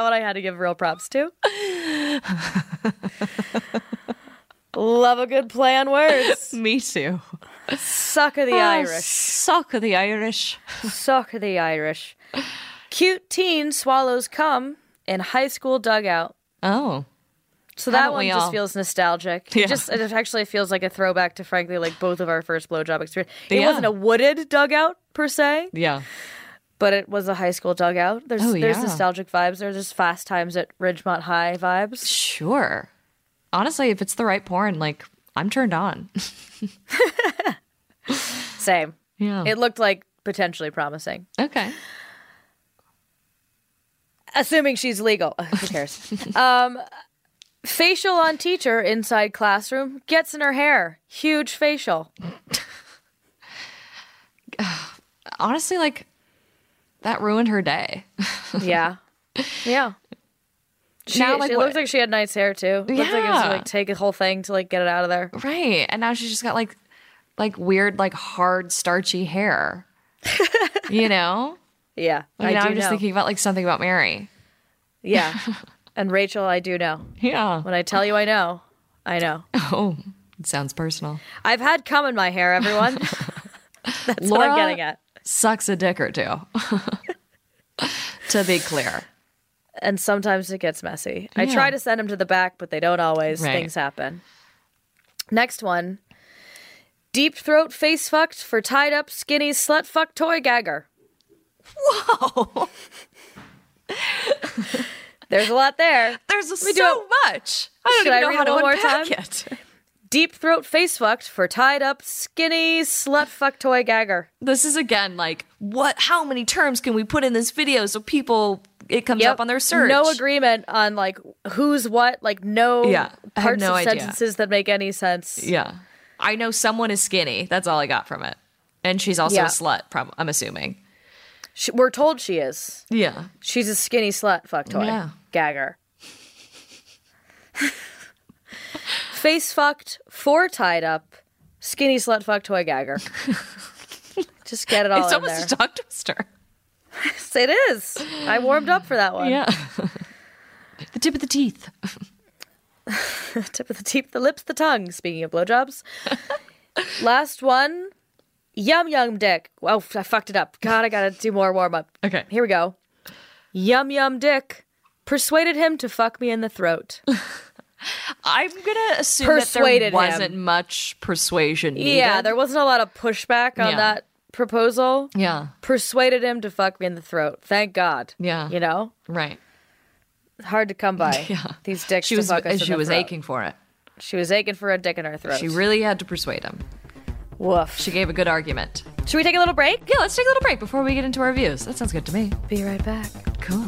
S4: one I had to give real props to. Love a good play on words.
S5: Me too. Ah,
S4: Suck of the Irish.
S5: Suck of the Irish.
S4: Suck of the Irish. Cute teen swallows cum in high school dugout.
S5: Oh.
S4: So that
S5: Haven't
S4: one
S5: we
S4: just
S5: all?
S4: feels nostalgic.
S5: Yeah.
S4: It just it actually feels like a throwback to frankly like both of our first blowjob experience. It
S5: Yeah.
S4: wasn't a wooded dugout per se.
S5: Yeah.
S4: but it was a high school dugout. There's
S5: Oh,
S4: there's
S5: yeah.
S4: nostalgic vibes. There's just fast times at Ridgemont High vibes.
S5: Sure. Honestly, if it's the right porn, like I'm turned on.
S4: Same.
S5: Yeah.
S4: It looked like potentially promising,
S5: okay.
S4: assuming she's legal. Ugh, who cares? um, facial on teacher inside classroom gets in her hair. Huge facial.
S5: Honestly, like that ruined her day.
S4: Yeah, yeah. She,
S5: Now, like,
S4: she
S5: what-
S4: looks like she had nice hair too. Looks like it was
S5: Yeah.
S4: like take a whole thing to like get it out of there.
S5: Right. And now she's just got like like weird, like hard, starchy hair. you know?
S4: Yeah,
S5: Like,
S4: I
S5: now
S4: do
S5: I'm just
S4: know.
S5: thinking about like something about Mary.
S4: Yeah, and Rachel, I do know.
S5: Yeah.
S4: When I tell you, I know. I know.
S5: Oh. It sounds personal.
S4: I've had cum in my hair, everyone. That's what
S5: Laura-
S4: I'm getting at.
S5: Sucks a dick or two. to be clear.
S4: And sometimes it gets messy. I
S5: Yeah.
S4: try to send them to the back, but they don't always.
S5: Right.
S4: Things happen. Next one Deep throat face fucked for tied up skinny slut fuck toy gagger. Whoa. There's a lot there.
S5: There's so
S4: so
S5: much. I
S4: Should
S5: don't
S4: I
S5: even know
S4: read
S5: how
S4: it
S5: to
S4: one more
S5: unpack
S4: time?
S5: it.
S4: Deep throat face fucked for tied up skinny slut fuck toy gagger.
S5: This is again like what? How many terms can we put in this video so people it comes
S4: Yep.
S5: up on their search?
S4: No agreement on like who's what, like no
S5: Yeah, I have
S4: parts
S5: no
S4: of
S5: idea.
S4: sentences that make any sense.
S5: Yeah, I know someone is skinny. That's all I got from it. And she's also
S4: Yeah.
S5: a slut. Prob- I'm assuming.
S4: She, we're told she is.
S5: Yeah.
S4: She's a skinny slut fuck toy.
S5: Yeah.
S4: Gagger. Face fucked, four tied up, skinny slut fuck toy gagger. Just get it all
S5: it's
S4: in
S5: almost
S4: there.
S5: a tongue twister.
S4: It is. I warmed up for that one.
S5: Yeah. the tip of the teeth.
S4: Tip of the teeth, the lips, the tongue. Speaking of blowjobs. Last one. Yum yum dick. Oh, f- I fucked it up. God, I gotta do more warm up.
S5: Okay.
S4: Here we go. Yum yum dick persuaded him to fuck me in the throat.
S5: I'm gonna assume
S4: Persuaded
S5: that there wasn't
S4: him.
S5: much persuasion needed.
S4: Yeah, there wasn't a lot of pushback on
S5: Yeah.
S4: that proposal.
S5: Yeah.
S4: Persuaded him to fuck me in the throat. Thank God.
S5: Yeah.
S4: You know,
S5: Right.
S4: hard to come by. These dicks.
S5: She
S4: to
S5: was uh,
S4: fuck us in
S5: she
S4: the
S5: was
S4: throat.
S5: aching for it.
S4: She was aching for a dick in her throat.
S5: She really had to persuade him.
S4: Woof.
S5: She gave a good argument.
S4: Should we take a little break?
S5: Yeah, let's take a little break before we get into our views. That sounds good to me.
S4: Be right back.
S5: Cool.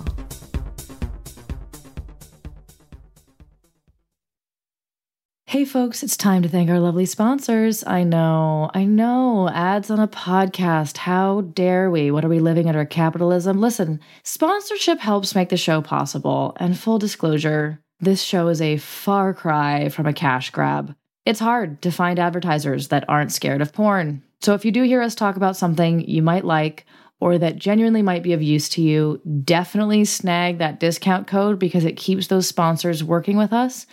S2: Hey, folks, it's time to thank our lovely sponsors. I know, I know, ads on a podcast. How dare we? What are we living under capitalism? Listen, sponsorship helps make the show possible. And full disclosure, this show is a far cry from a cash grab. It's hard to find advertisers that aren't scared of porn. So if you do hear us talk about something you might like, or that genuinely might be of use to you, definitely snag that discount code because it keeps those sponsors working with us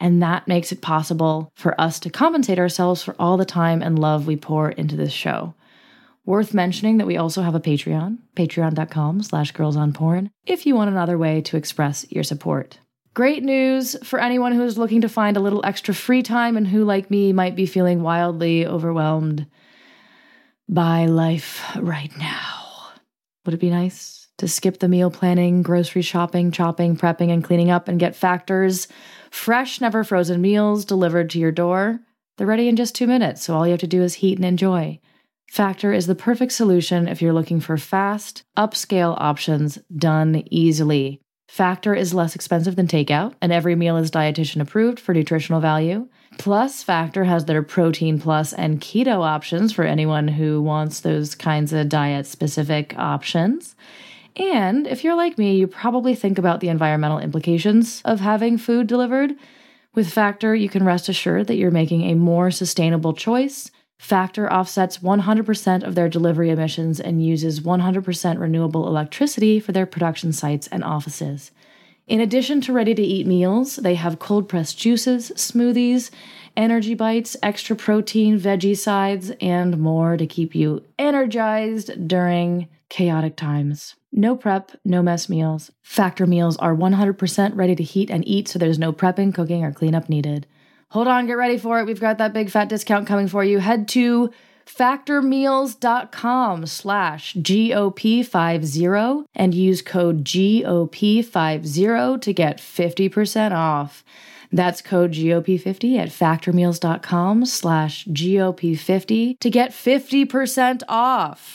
S2: and that makes it possible for us to compensate ourselves for all the time and love we pour into this show. Worth mentioning that we also have a Patreon, patreon.com slash girls on porn, if you want another way to express your support. Great news for anyone who is looking to find a little extra free time and who, like me, might be feeling wildly overwhelmed by life right now. Would it be nice to skip the meal planning, grocery shopping, chopping, prepping, and cleaning up and get factors? Fresh, never frozen meals delivered to your door. They're ready in just two minutes, so all you have to do is heat and enjoy. Factor is the perfect solution if you're looking for fast, upscale options done easily. Factor is less expensive than takeout, and every meal is dietitian approved for nutritional value. Plus, Factor has their protein plus and keto options for anyone who wants those kinds of diet specific options. And if you're like me, you probably think about the environmental implications of having food delivered. With Factor, you can rest assured that you're making a more sustainable choice. Factor offsets 100% of their delivery emissions and uses 100% renewable electricity for their production sites and offices. In addition to ready to eat meals, they have cold pressed juices, smoothies, energy bites, extra protein, veggie sides, and more to keep you energized during chaotic times. No prep, no mess meals. Factor meals are 100% ready to heat and eat, so there's no prepping, cooking, or cleanup needed. Hold on, get ready for it. We've got that big fat discount coming for you. Head to factormeals.com slash GOP50 and use code GOP50 to get 50% off. That's code GOP50 at factormeals.com slash GOP50 to get 50% off.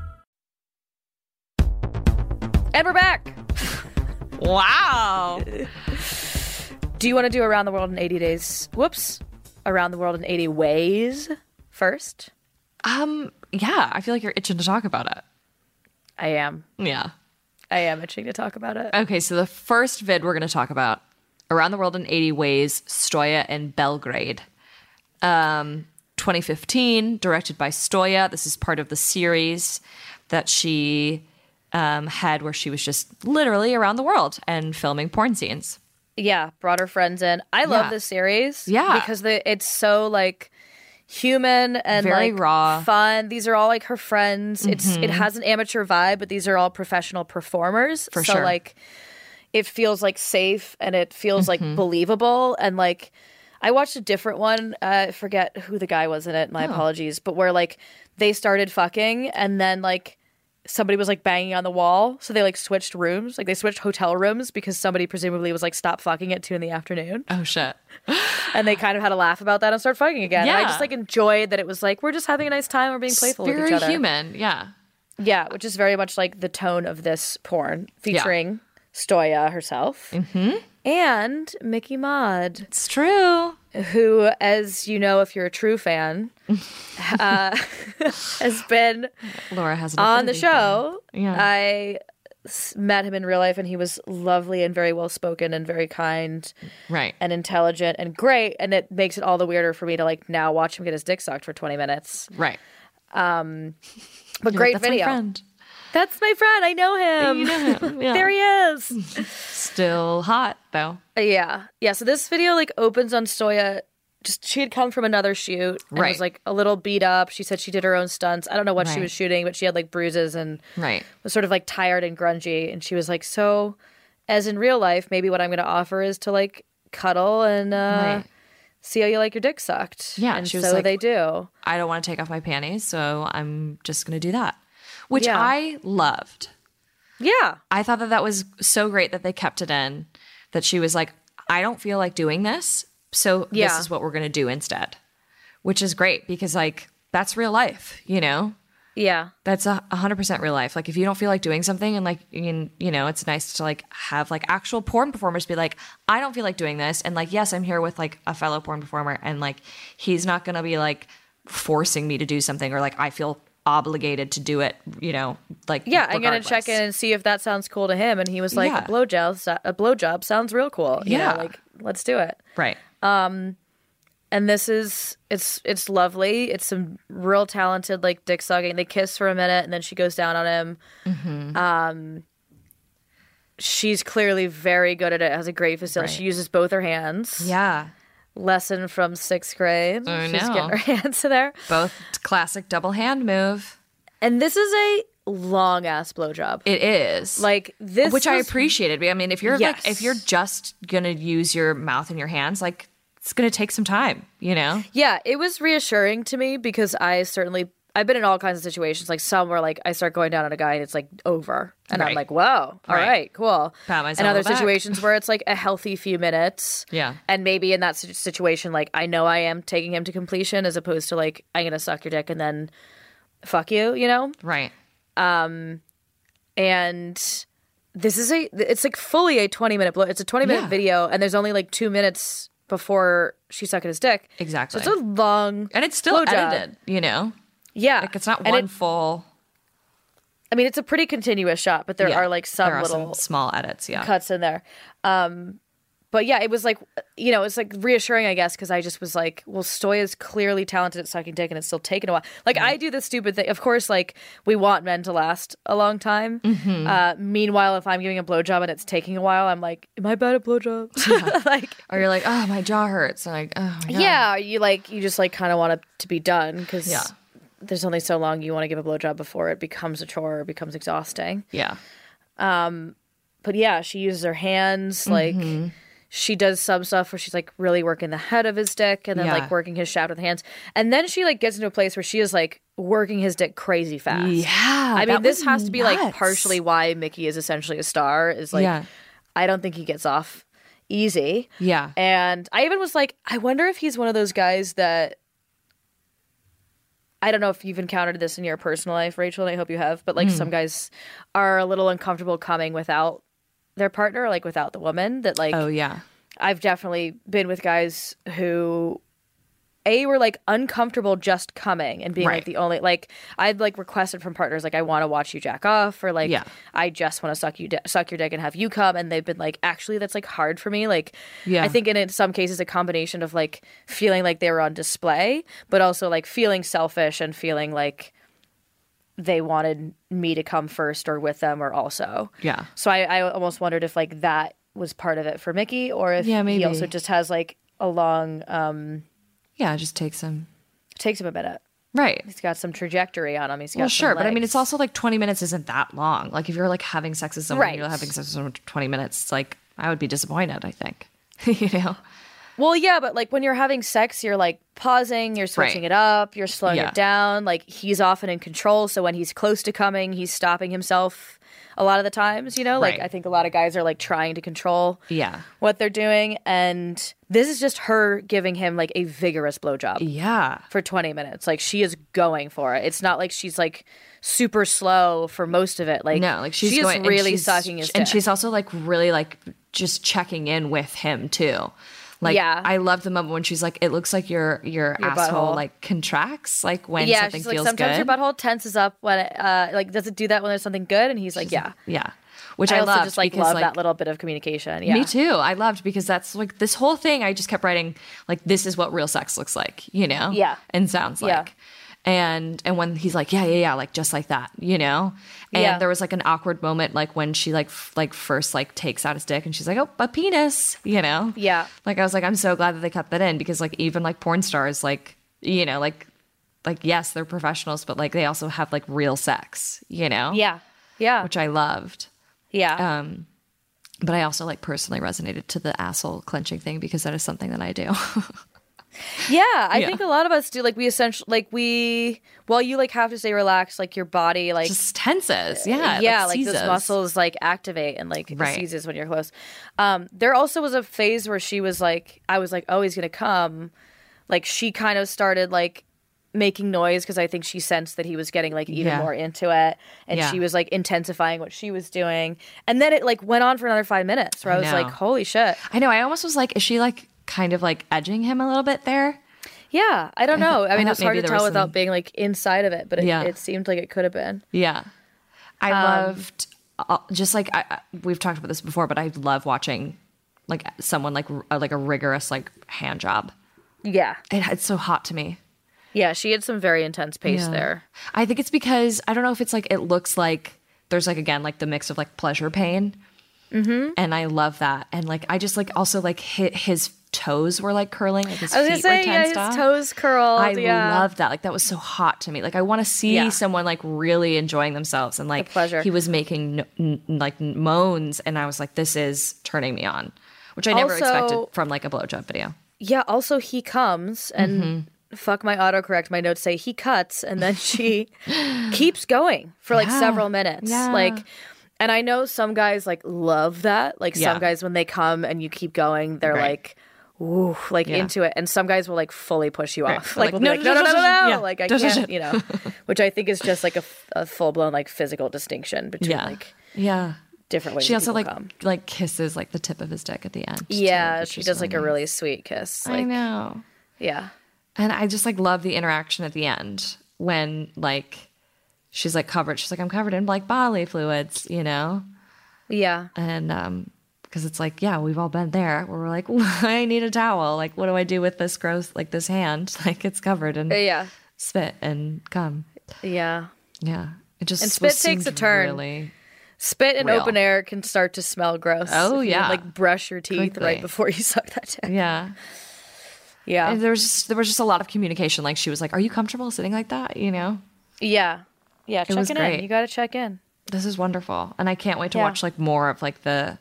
S4: And we're back.
S5: Wow.
S4: Do you want to do around the world in 80 days? Whoops. Around the world in 80 ways first?
S5: Um, yeah, I feel like you're itching to talk about it.
S4: I am.
S5: Yeah.
S4: I am itching to talk about it.
S5: Okay, so the first vid we're going to talk about Around the World in 80 Ways, Stoya and Belgrade. Um, 2015, directed by Stoya. This is part of the series that she um, had where she was just literally around the world and filming porn scenes.
S4: Yeah, brought her friends in. I love
S5: Yeah.
S4: this series.
S5: Yeah.
S4: Because the, it's so like human and
S5: Very
S4: like
S5: raw.
S4: fun. These are all like her friends. It's
S5: Mm-hmm.
S4: it has an amateur vibe, but these are all professional performers.
S5: For
S4: so
S5: sure.
S4: like it feels like safe and it feels
S5: Mm-hmm.
S4: like believable and like I watched a different one. Uh, I
S5: Oh.
S4: forget who the guy was in it. My apologies, but where like they started fucking and then like somebody was like banging on the wall, so they like switched rooms, like they switched hotel rooms because somebody presumably was like stop fucking at two in the afternoon,
S5: Oh shit.
S4: and they kind of had a laugh about that and started fucking again. And I
S5: Yeah.
S4: just like enjoyed that it was like we're just having a nice time, we're being playful
S5: Very
S4: with each other.
S5: human. Yeah.
S4: Yeah, which is very much like the tone of this porn featuring Stoya herself mm-hmm. and Mickey Maud,
S5: It's true.
S4: who, as you know, if you're a true fan, uh, has been
S5: Laura has an
S4: on the
S5: affinity
S4: show.
S5: for him. Yeah.
S4: I s- met him in real life, and he was lovely and very well spoken and very kind
S5: right.
S4: and intelligent and great. And it makes it all the weirder for me to like now watch him get his dick sucked for 20 minutes.
S5: right.
S4: But
S5: You're like,
S4: great
S5: That's
S4: video.
S5: My friend.
S4: That's my friend. I know him.
S5: You know him. Yeah.
S4: There he is.
S5: Still hot though.
S4: Yeah. Yeah. So this video like opens on Soya. Just she had come from another shoot and
S5: Right.
S4: was like a little beat up. She said she did her own stunts. I don't know what she
S5: Right.
S4: was shooting, but she had like bruises and
S5: Right.
S4: was sort of like tired and grungy. And she was like, So, as in real life, maybe what I'm going to offer is to like cuddle and uh,
S5: Right.
S4: see how you like your dick sucked.
S5: Yeah,
S4: And
S5: she was
S4: so
S5: like-
S4: they do.
S5: I don't want to take off my panties, so I'm just going to do that, which
S4: Yeah.
S5: I loved.
S4: Yeah.
S5: I thought that that was so great that they kept it in, that she was like, I don't feel like doing this, so
S4: Yeah.
S5: this is what we're going to do instead, which is great because, like, that's real life, you know?
S4: Yeah.
S5: That's a 100% real life. Like, if you don't feel like doing something, and like, you can- you know, it's nice to like have like actual porn performers be like, I don't feel like doing this. And like, yes, I'm here with like a fellow porn performer, and like, he's not going to be like forcing me to do something or like, I feel obligated to do it, you know? Like,
S4: Yeah, I'm gonna check
S5: regardless.
S4: in and see if that sounds cool to him. And he was like,
S5: Yeah.
S4: "A blowjob, so- a blowjob sounds real cool. You know,
S5: Yeah.
S4: like let's do it."
S5: Right.
S4: and this is it's it's lovely. It's some real talented like dick sucking. They kiss for a minute, and then she goes down on him.
S5: Mm-hmm.
S4: Um, she's clearly very good at it. Has a great facility. She uses both her hands.
S5: Yeah.
S4: lesson from sixth grade.
S5: I
S4: she's
S5: know.
S4: getting her hands in there.
S5: Both classic double hand move.
S4: And this is a long ass blowjob.
S5: It is
S4: Like this,
S5: which I
S4: was-
S5: appreciated. I mean, if you're
S4: Yes.
S5: like if you're just gonna use your mouth and your hands, like it's gonna take some time, you know?
S4: Yeah, it was reassuring to me because I certainly I've been in all kinds of situations, like some where like I start going down on a guy and it's like over. And I'm
S5: Right.
S4: like, whoa, all right,
S5: Right.
S4: cool.
S5: Pat myself
S4: and
S5: on
S4: other
S5: the back.
S4: situations where it's like a healthy few minutes.
S5: Yeah.
S4: And maybe in that si- situation, like I know I am taking him to completion as opposed to like I'm gonna suck your dick and then fuck you, you know?
S5: Right.
S4: and this is a it's like fully a 20 minute blow it's a 20 minute
S5: Yeah.
S4: video and there's only like two minutes before she's sucking his dick
S5: Exactly.
S4: so it's a long
S5: And it's still
S4: blowjob.
S5: edited, you know?
S4: yeah
S5: Like it's not
S4: And
S5: one
S4: it-
S5: full
S4: i mean it's a pretty continuous shot but there
S5: yeah,
S4: are like some
S5: there are
S4: little
S5: small edits, yeah.
S4: cuts in there um but yeah it was like you know it's like reassuring i guess because i just was like well stoya's clearly talented at sucking dick and it's still taking a while like i do this stupid thing of course like we want men to last a long time
S5: Mm-hmm.
S4: uh, meanwhile if i'm giving a blowjob and it's taking a while i'm like am i bad at blowjobs like
S5: Or you're like, oh my jaw hurts. And like, oh my
S4: yeah.
S5: God.
S4: you like you just like kind of want it to be done because
S5: Yeah.
S4: there's only so long you want to give a blowjob before it becomes a chore or becomes exhausting
S5: Yeah.
S4: but yeah, she uses her hands. Like
S5: Mm-hmm.
S4: she does some stuff where she's like really working the head of his dick and then
S5: Yeah.
S4: like working his shaft with her hands. And then she like gets into a place where she is like working his dick crazy fast.
S5: Yeah.
S4: I mean,
S5: that
S4: this
S5: was
S4: has to be like
S5: nuts.
S4: partially why Mickey is essentially a star. Is like,
S5: Yeah.
S4: I don't think he gets off easy.
S5: Yeah.
S4: And I even was like, I wonder if he's one of those guys that I don't know if you've encountered this in your personal life, Rachel, and I hope you have, but like
S5: Hmm.
S4: some guys are a little uncomfortable coming without their partner, like without the woman. That like
S5: Oh yeah.
S4: I've definitely been with guys who a were like uncomfortable just coming and being like
S5: Right.
S4: the only like I've like requested from partners like I want to watch you jack off or like
S5: Yeah.
S4: I just want to suck you di- suck your dick and have you come and they've been like actually that's like hard for me like
S5: Yeah.
S4: I think in, in some cases a combination of like feeling like they were on display but also like feeling selfish and feeling like they wanted me to come first or with them or also
S5: Yeah.
S4: so I, I almost wondered if like that was part of it for Mickey, or if
S5: Yeah,
S4: he
S5: maybe.
S4: also just has like a long um
S5: Yeah, it just take some
S4: takes him a minute.
S5: Right.
S4: He's got some trajectory on him. He's got
S5: Well,
S4: some
S5: sure, but I mean,
S4: legs.
S5: it's also like 20 minutes isn't that long. Like, if you're like having sex with someone, and you're
S4: Right.
S5: having sex with someone for 20 minutes, it's like I would be disappointed, I think. you know?
S4: Well, yeah, but like when you're having sex, you're like pausing, you're switching
S5: Right.
S4: it up, you're slowing
S5: Yeah.
S4: it down. Like he's often in control, so when he's close to coming, he's stopping himself a lot of the times, you know? Like
S5: Right.
S4: I think a lot of guys are like trying to control
S5: Yeah.
S4: what they're doing and this is just her giving him like a vigorous blowjob
S5: Yeah.
S4: for 20 minutes. Like she is going for it. It's not like she's like super slow for most of it. Like
S5: no, like she's
S4: she is
S5: going, and
S4: really
S5: she's-
S4: sucking his
S5: and
S4: dick.
S5: she's also like really like just checking in with him too. Like
S4: Yeah.
S5: I love the moment when she's like, "It looks like your your, asshole
S4: butthole.
S5: like contracts like when
S4: yeah,
S5: something
S4: she's like
S5: feels
S4: sometimes
S5: good."
S4: your butthole tenses up when it, uh like does it do that when there's something good? And he's like, yeah.
S5: yeah, which
S4: I,
S5: I,
S4: also
S5: loved
S4: just like
S5: because
S4: love
S5: like
S4: that little bit of communication. Yeah,
S5: me too. I loved because that's like this whole thing. I just kept writing like this is what real sex looks like, you know?
S4: Yeah.
S5: and sounds
S4: Yeah.
S5: like. And and when he's like, yeah, yeah, yeah, like just like that, you know. And
S4: Yeah.
S5: there was like an awkward moment, like when she like f- like first like takes out his dick, and she's like, oh, a penis, you know.
S4: Yeah.
S5: Like I was like, I'm so glad that they cut that in because like even like porn stars, like you know, like like yes, they're professionals, but like they also have like real sex, you know.
S4: Yeah, yeah,
S5: Which I loved.
S4: yeah.
S5: Um, but I also like personally resonated to the asshole clenching thing because that is something that I do.
S4: yeah, I
S5: yeah.
S4: think a lot of us do. Like we essentially, like we, well, you like have to stay relaxed. Like your body, like
S5: Just tenses, yeah, it,
S4: yeah, like,
S5: seizes.
S4: those muscles like activate and like
S5: Right.
S4: seizes when you're close. Um, there also was a phase where she was like, I was like, oh, he's gonna come. Like she kind of started like making noise because I think she sensed that he was getting like even
S5: Yeah.
S4: more into it, and
S5: Yeah.
S4: she was like intensifying what she was doing, and then it like went on for another five minutes where I, was
S5: know.
S4: like, holy shit.
S5: I know. I almost was like, is she like kind of like edging him a little bit there?
S4: Yeah, I don't know. I mean,
S5: thought
S4: it's hard
S5: maybe
S4: to
S5: there was
S4: tell without
S5: some-
S4: being like inside of it, but it,
S5: Yeah.
S4: it seemed like it could have been.
S5: Yeah, I
S4: Um,
S5: loved uh, just like I, I- we've talked about this before, but I love watching like someone like r- uh, like a rigorous like hand job.
S4: Yeah,
S5: It, it's so hot to me.
S4: yeah, she had some very intense pace
S5: Yeah.
S4: there.
S5: I think it's because I don't know if it's like it looks like there's like again like the mix of like pleasure pain, mm-hmm. and I love that. And like I just like also like his, his toes were like curling, like his
S4: I
S5: feet
S4: was gonna say,
S5: were
S4: yeah,
S5: tensed
S4: his
S5: up.
S4: toes curled.
S5: I
S4: yeah.
S5: love that. Like that was so hot to me. Like I want to see
S4: Yeah.
S5: someone like really enjoying themselves and like
S4: pleasure.
S5: He was making no, n- like moans, and I was like, this is turning me on, which I never
S4: Also-
S5: expected from like a blowjob video.
S4: Yeah. Also, he comes and
S5: Mm-hmm.
S4: fuck my autocorrect. My notes say he cuts, and then she keeps going for like several minutes. Like, and I know some guys like love that. Like
S5: Yeah.
S4: some guys when they come and you keep going, they're
S5: Right.
S4: like. Ooh, like
S5: Yeah.
S4: into it, and some guys will like fully push you off.
S5: They're like,
S4: Like, will be
S5: "No,
S4: like,
S5: no,
S4: no, no, no, no, no.
S5: yeah.
S4: Like, I
S5: No, no,
S4: can't,
S5: no."
S4: you know. Which I think is just like a, full blown like physical distinction between
S5: Yeah,
S4: like
S5: yeah.
S4: different ways.
S5: She
S4: that
S5: also like
S4: people come.
S5: like kisses like the tip of his dick at the end. too,
S4: yeah,
S5: which
S4: she
S5: is
S4: does like a
S5: nice.
S4: really sweet kiss. Like,
S5: I know.
S4: yeah,
S5: And I just like love the interaction at the end when like she's like covered. She's like, I'm covered in like bodily fluids, you know?
S4: yeah.
S5: And um because it's like, yeah, we've all been there where we're like, I need a towel. Like, what do I do with this gross like this hand? Like it's covered in
S4: Yeah.
S5: spit and cum.
S4: Yeah.
S5: Yeah. It just
S4: And spit
S5: was-
S4: takes a
S5: seemed
S4: turn.
S5: Really,
S4: Spit in
S5: Real.
S4: open air can start to smell gross.
S5: Oh,
S4: if you,
S5: yeah.
S4: Like brush your teeth
S5: Quickly.
S4: right before you suck that dick.
S5: yeah.
S4: Yeah.
S5: And there was just, there was just a lot of communication. Like she was like, "Are you comfortable sitting like that?" You know.
S4: yeah. Yeah.
S5: was
S4: Checking in.
S5: great.
S4: You got to check in.
S5: this is wonderful and i can't wait to
S4: Yeah.
S5: watch like more of like the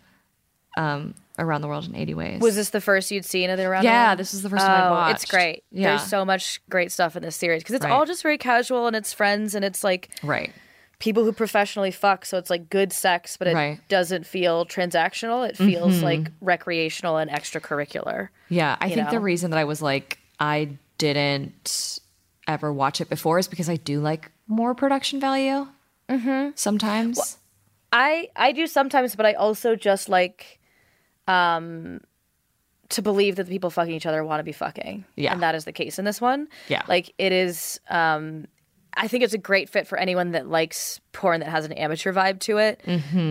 S5: um around the world in 80 ways
S4: Was this the first you'd seen of the around?
S5: yeah
S4: the World?
S5: this is the first time i
S4: Oh,
S5: watched
S4: it's great.
S5: yeah
S4: There's so much great stuff in this series because it's
S5: Right.
S4: all just very casual and it's friends and it's like
S5: right
S4: people who professionally fuck. So it's like good sex, but it
S5: Right. Mm-hmm.
S4: doesn't feel transactional. It feels like recreational and extracurricular.
S5: yeah i think the
S4: know?
S5: reason that i was like i didn't ever watch it before is because i do like more production value mm-hmm. sometimes
S4: I I do sometimes, but I also just like um to believe that the people fucking each other want to be fucking.
S5: Yeah.
S4: And that is the case in this one.
S5: Yeah.
S4: Like it is um I think it's a great fit for anyone that likes porn that has an amateur vibe to it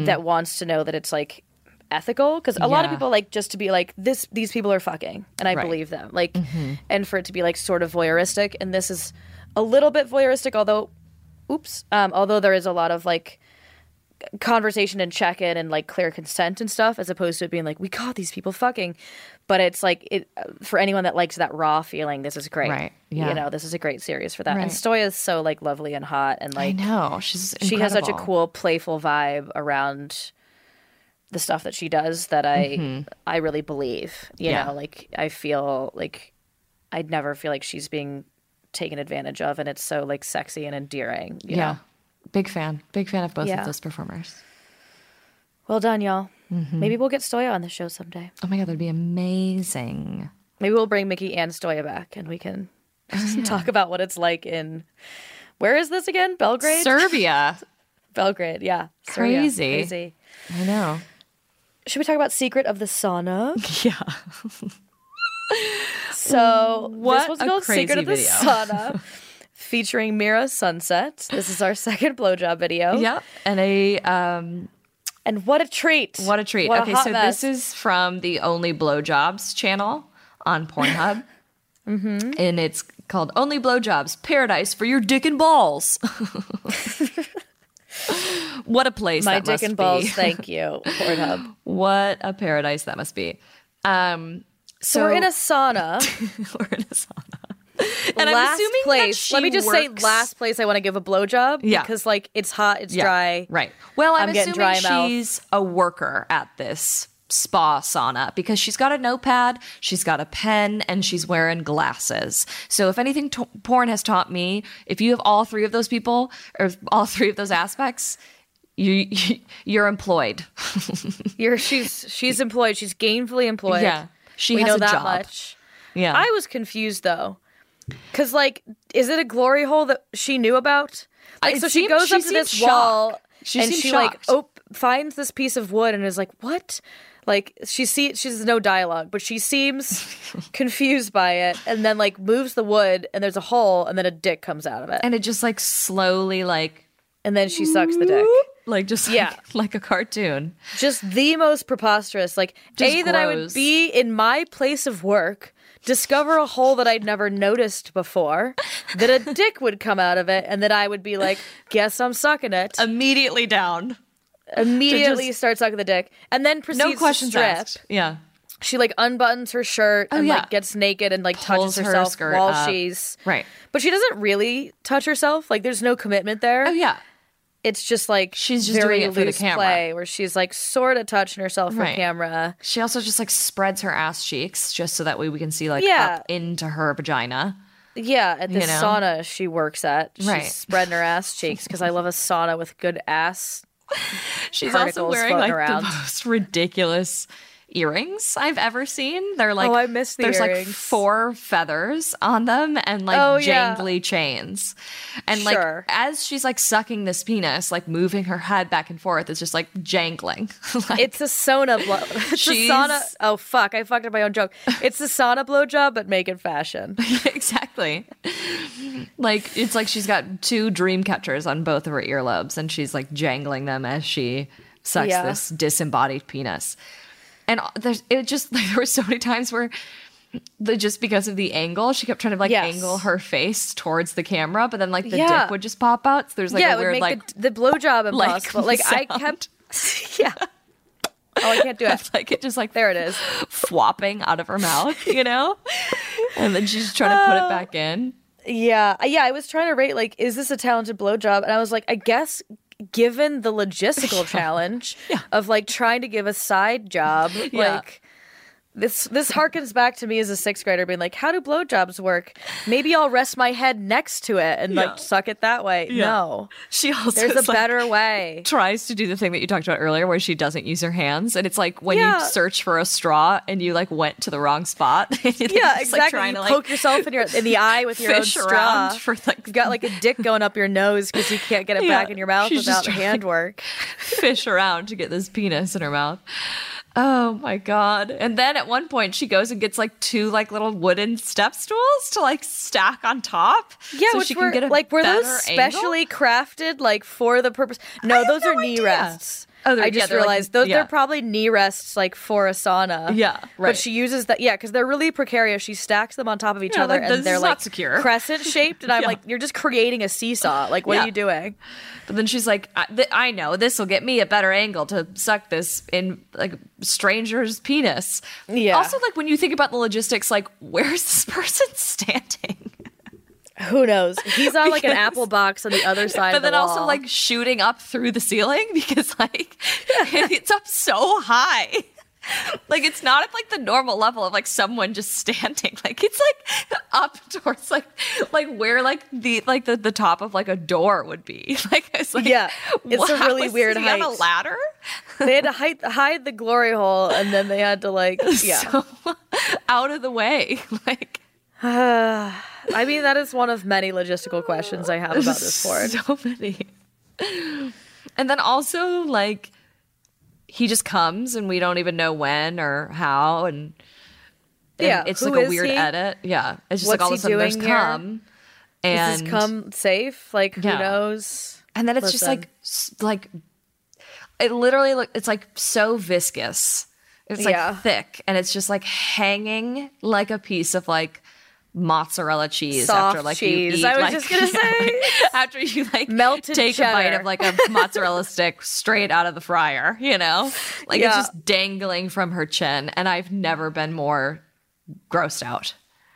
S4: that wants to know that it's like ethical because a lot of
S5: Mm-hmm. Yeah.
S4: people like just to be like this these people are fucking and I
S5: Right. Mm-hmm.
S4: believe them. Like and for it to be like sort of voyeuristic and this is a little bit voyeuristic although oops um although there is a lot of like conversation and check in and like clear consent and stuff as opposed to it being like we caught these people fucking but it's like it for anyone that likes that raw feeling this is great
S5: Right. Yeah.
S4: you know this is a great series for that
S5: Right.
S4: and stoya is so like lovely and hot and
S5: i
S4: like
S5: know she's
S4: she has such a
S5: incredible.
S4: cool playful vibe around the stuff that she does that I
S5: Mm-hmm.
S4: I really believe. You know, like I feel like I'd never feel like she's being taken advantage of, and it's so like sexy and endearing. you
S5: yeah.
S4: know?
S5: Big fan. Big fan of both
S4: Yeah.
S5: of those performers.
S4: Well done, y'all. Maybe we'll get Stoya on the show someday.
S5: Oh my god, that'd be amazing.
S4: Maybe we'll bring Mickey and Stoya back, and we can talk about what it's like in. Where is this again? Belgrade.
S5: Serbia.
S4: Belgrade. Yeah. Serbia.
S5: Crazy.
S4: Crazy.
S5: I know.
S4: Should we talk about Secret of the Sauna? Yeah. so
S5: What
S4: this one's
S5: a
S4: called Secret
S5: crazy
S4: of the
S5: video.
S4: Sauna, featuring Mira Sunset. This is our second blowjob video.
S5: Yep. And a um
S4: And what a treat!
S5: What a treat.
S4: What
S5: okay,
S4: hot
S5: so
S4: mess.
S5: this is from the Only Blowjobs channel on Pornhub.
S4: Mm-hmm.
S5: And it's called Only Blowjobs Paradise for Your Dick and Balls. what a place
S4: my
S5: that
S4: dick
S5: must
S4: and balls.
S5: be.
S4: Thank you, Pornhub.
S5: What a paradise that must be. Um, so,
S4: So we're in a sauna.
S5: we're in a sauna. And
S4: last
S5: I'm assuming that
S4: place.
S5: she
S4: Let me just say,
S5: works-
S4: last place I want to give a blowjob.
S5: Yeah.
S4: Because like it's hot, it's
S5: Yeah,
S4: dry.
S5: Right. Well, I'm,
S4: I'm getting
S5: assuming
S4: dry mouth.
S5: she's a worker at this spa sauna because she's got a notepad, she's got a pen, and she's wearing glasses. So if anything t- porn has taught me, if you have all three of those people or all three of those aspects, you you're employed.
S4: You're she's she's employed. She's gainfully employed.
S5: Yeah. She
S4: we
S5: has
S4: know
S5: a
S4: that
S5: job.
S4: much.
S5: Yeah.
S4: I was confused though, because like, is it a glory hole that she knew about? Like,
S5: Uh, It
S4: so she
S5: seemed-
S4: goes
S5: she
S4: up to this
S5: seemed
S4: wall
S5: shocked. She
S4: and
S5: seemed
S4: she like
S5: shocked.
S4: op- finds this piece of wood and is like, "What?" Like she see she's no dialogue, but she seems confused by it, and then like moves the wood, and there's a hole, and then a dick comes out of it,
S5: and it just like slowly like
S4: and then she sucks the dick.
S5: like just like,
S4: Yeah.
S5: like a cartoon.
S4: just the most preposterous. Like
S5: Just
S4: a that I would
S5: gross.
S4: be in my place of work, discover a hole that I'd never noticed before, that a dick would come out of it, and that I would be like, "Guess I'm sucking it."
S5: Immediately down.
S4: Immediately
S5: Um, just-
S4: start sucking the dick, and then proceeds
S5: No questions
S4: to strip.
S5: asked. Yeah.
S4: She like unbuttons her shirt and
S5: yeah.
S4: like gets naked and like
S5: Pulls
S4: touches
S5: her
S4: herself
S5: skirt
S4: while
S5: up.
S4: she's
S5: Right.
S4: But she doesn't really touch herself. Like there's no commitment there.
S5: Oh yeah.
S4: It's just like
S5: She's just
S4: very
S5: doing it for the
S4: loose
S5: camera.
S4: play where she's like sort of touching herself for
S5: Right.
S4: camera.
S5: She also just like spreads her ass cheeks just so that way we can see like
S4: Yeah.
S5: up into her vagina.
S4: Yeah, at the
S5: You know?
S4: sauna she works at. She's
S5: Right.
S4: spreading her ass cheeks because I love a sauna with good ass.
S5: She's
S4: Particles floating
S5: the
S4: around.
S5: most ridiculous earrings I've ever seen. They're like
S4: Oh, I miss the
S5: there's like
S4: earrings.
S5: four feathers on them and like
S4: Oh, yeah.
S5: jangly chains. And
S4: Sure.
S5: like as she's like sucking this penis, like moving her head back and forth, it's just like jangling. like,
S4: It's a sauna blow. It's
S5: She's-
S4: a sauna. Oh fuck! I fucked up my own joke. It's a sauna blowjob, but make it fashion.
S5: exactly. like it's like she's got two dream catchers on both of her earlobes and she's like jangling them as she sucks
S4: Yeah.
S5: this disembodied penis. And there's it just like, there were so many times where the just because of the angle, she kept trying to like
S4: Yes.
S5: angle her face towards the camera, but then like the
S4: Yeah.
S5: dick would just pop out. So there's like
S4: yeah,
S5: a
S4: it would
S5: weird
S4: make
S5: like
S4: the, the blowjob
S5: like
S4: impossible. Like, I
S5: sound.
S4: kept. Yeah. Oh, I can't do it.
S5: like it just like
S4: There it is.
S5: flopping out of her mouth, you know? and then she's trying to put it back in.
S4: Yeah, yeah. I was trying to rate like, is this a talented blowjob? And I was like, I guess given the logistical challenge of like trying to give a side job,
S5: Yeah.
S4: like this this harkens back to me as a sixth grader being like, how do blowjobs work? Maybe I'll rest my head next to it and
S5: Yeah.
S4: like suck it that way. No,
S5: She also
S4: there's a
S5: is, like,
S4: better way.
S5: tries to do the thing that you talked about earlier where she doesn't use her hands and it's like when
S4: Yeah.
S5: you search for a straw and you like went to the wrong spot and you're
S4: Yeah,
S5: just,
S4: exactly.
S5: like trying
S4: you
S5: to
S4: poke
S5: like
S4: yourself in your in the eye with your own
S5: fish
S4: straw.
S5: around for like
S4: You've got like a dick going up your nose because you can't get it
S5: Yeah,
S4: back in your mouth
S5: she's just
S4: without the
S5: trying to-
S4: hand work.
S5: fish around to get this penis in her mouth oh my god and then at one point she goes and gets like two like little wooden step stools to like stack on top
S4: Yeah,
S5: so
S4: which
S5: she
S4: were
S5: can get a
S4: like were
S5: better
S4: those
S5: angle.
S4: specially crafted like for the purpose? No, those
S5: no
S4: are knee
S5: idea.
S4: rests.
S5: Oh, they're-
S4: I
S5: yeah,
S4: just
S5: they're like-
S4: realized those
S5: yeah.
S4: they're probably knee rests like for a sauna.
S5: Yeah,
S4: But
S5: right.
S4: she uses that yeah because they're really precarious. She stacks them on top of each
S5: Yeah,
S4: other
S5: like, this
S4: and they're
S5: is not
S4: like
S5: secure.
S4: crescent shaped, and I'm
S5: Yeah.
S4: like you're just creating a seesaw. Like what
S5: Yeah.
S4: are you doing?
S5: But then she's like, I, th- I know this will get me a better angle to suck this in like stranger's penis.
S4: Yeah.
S5: Also, like when you think about the logistics, like where's this person standing?
S4: Who knows? He's on like an apple box on the other side.
S5: but
S4: of the
S5: then also
S4: wall.
S5: like shooting up through the ceiling because like it's up so high. Like it's not at like the normal level of like someone just standing. Like it's like up towards like like where like the like the, the top of like a door would be. Like it's like
S4: Yeah, it's a
S5: wow,
S4: really
S5: is
S4: weird
S5: he on a
S4: height.
S5: ladder.
S4: they had to hide, hide the glory hole, and then they had to like yeah.
S5: So out of the way. Like
S4: I mean, that is one of many logistical questions I have about this board.
S5: So many. And then also like he just comes and we don't even know when or how and, and
S4: Yeah,
S5: it's
S4: who
S5: like a
S4: is
S5: weird
S4: he?
S5: edit. Yeah. It's just like
S4: What's
S5: all of a sudden
S4: he
S5: there's
S4: doing here?
S5: come
S4: Is
S5: and
S4: this come safe? Like who
S5: Yeah.
S4: knows?
S5: and then it's just
S4: Listen.
S5: like s- like it literally look it's like so viscous. It's like
S4: Yeah.
S5: thick and it's just like hanging like a piece of like mozzarella cheese
S4: Soft
S5: after like
S4: cheese.
S5: you eat,
S4: I was
S5: like-
S4: just gonna say.
S5: after you like
S4: Melted
S5: take a bite
S4: cheddar.
S5: of like a mozzarella stick straight out of the fryer, you know? Like
S4: Yeah.
S5: it's just dangling from her chin and I've never been more grossed out.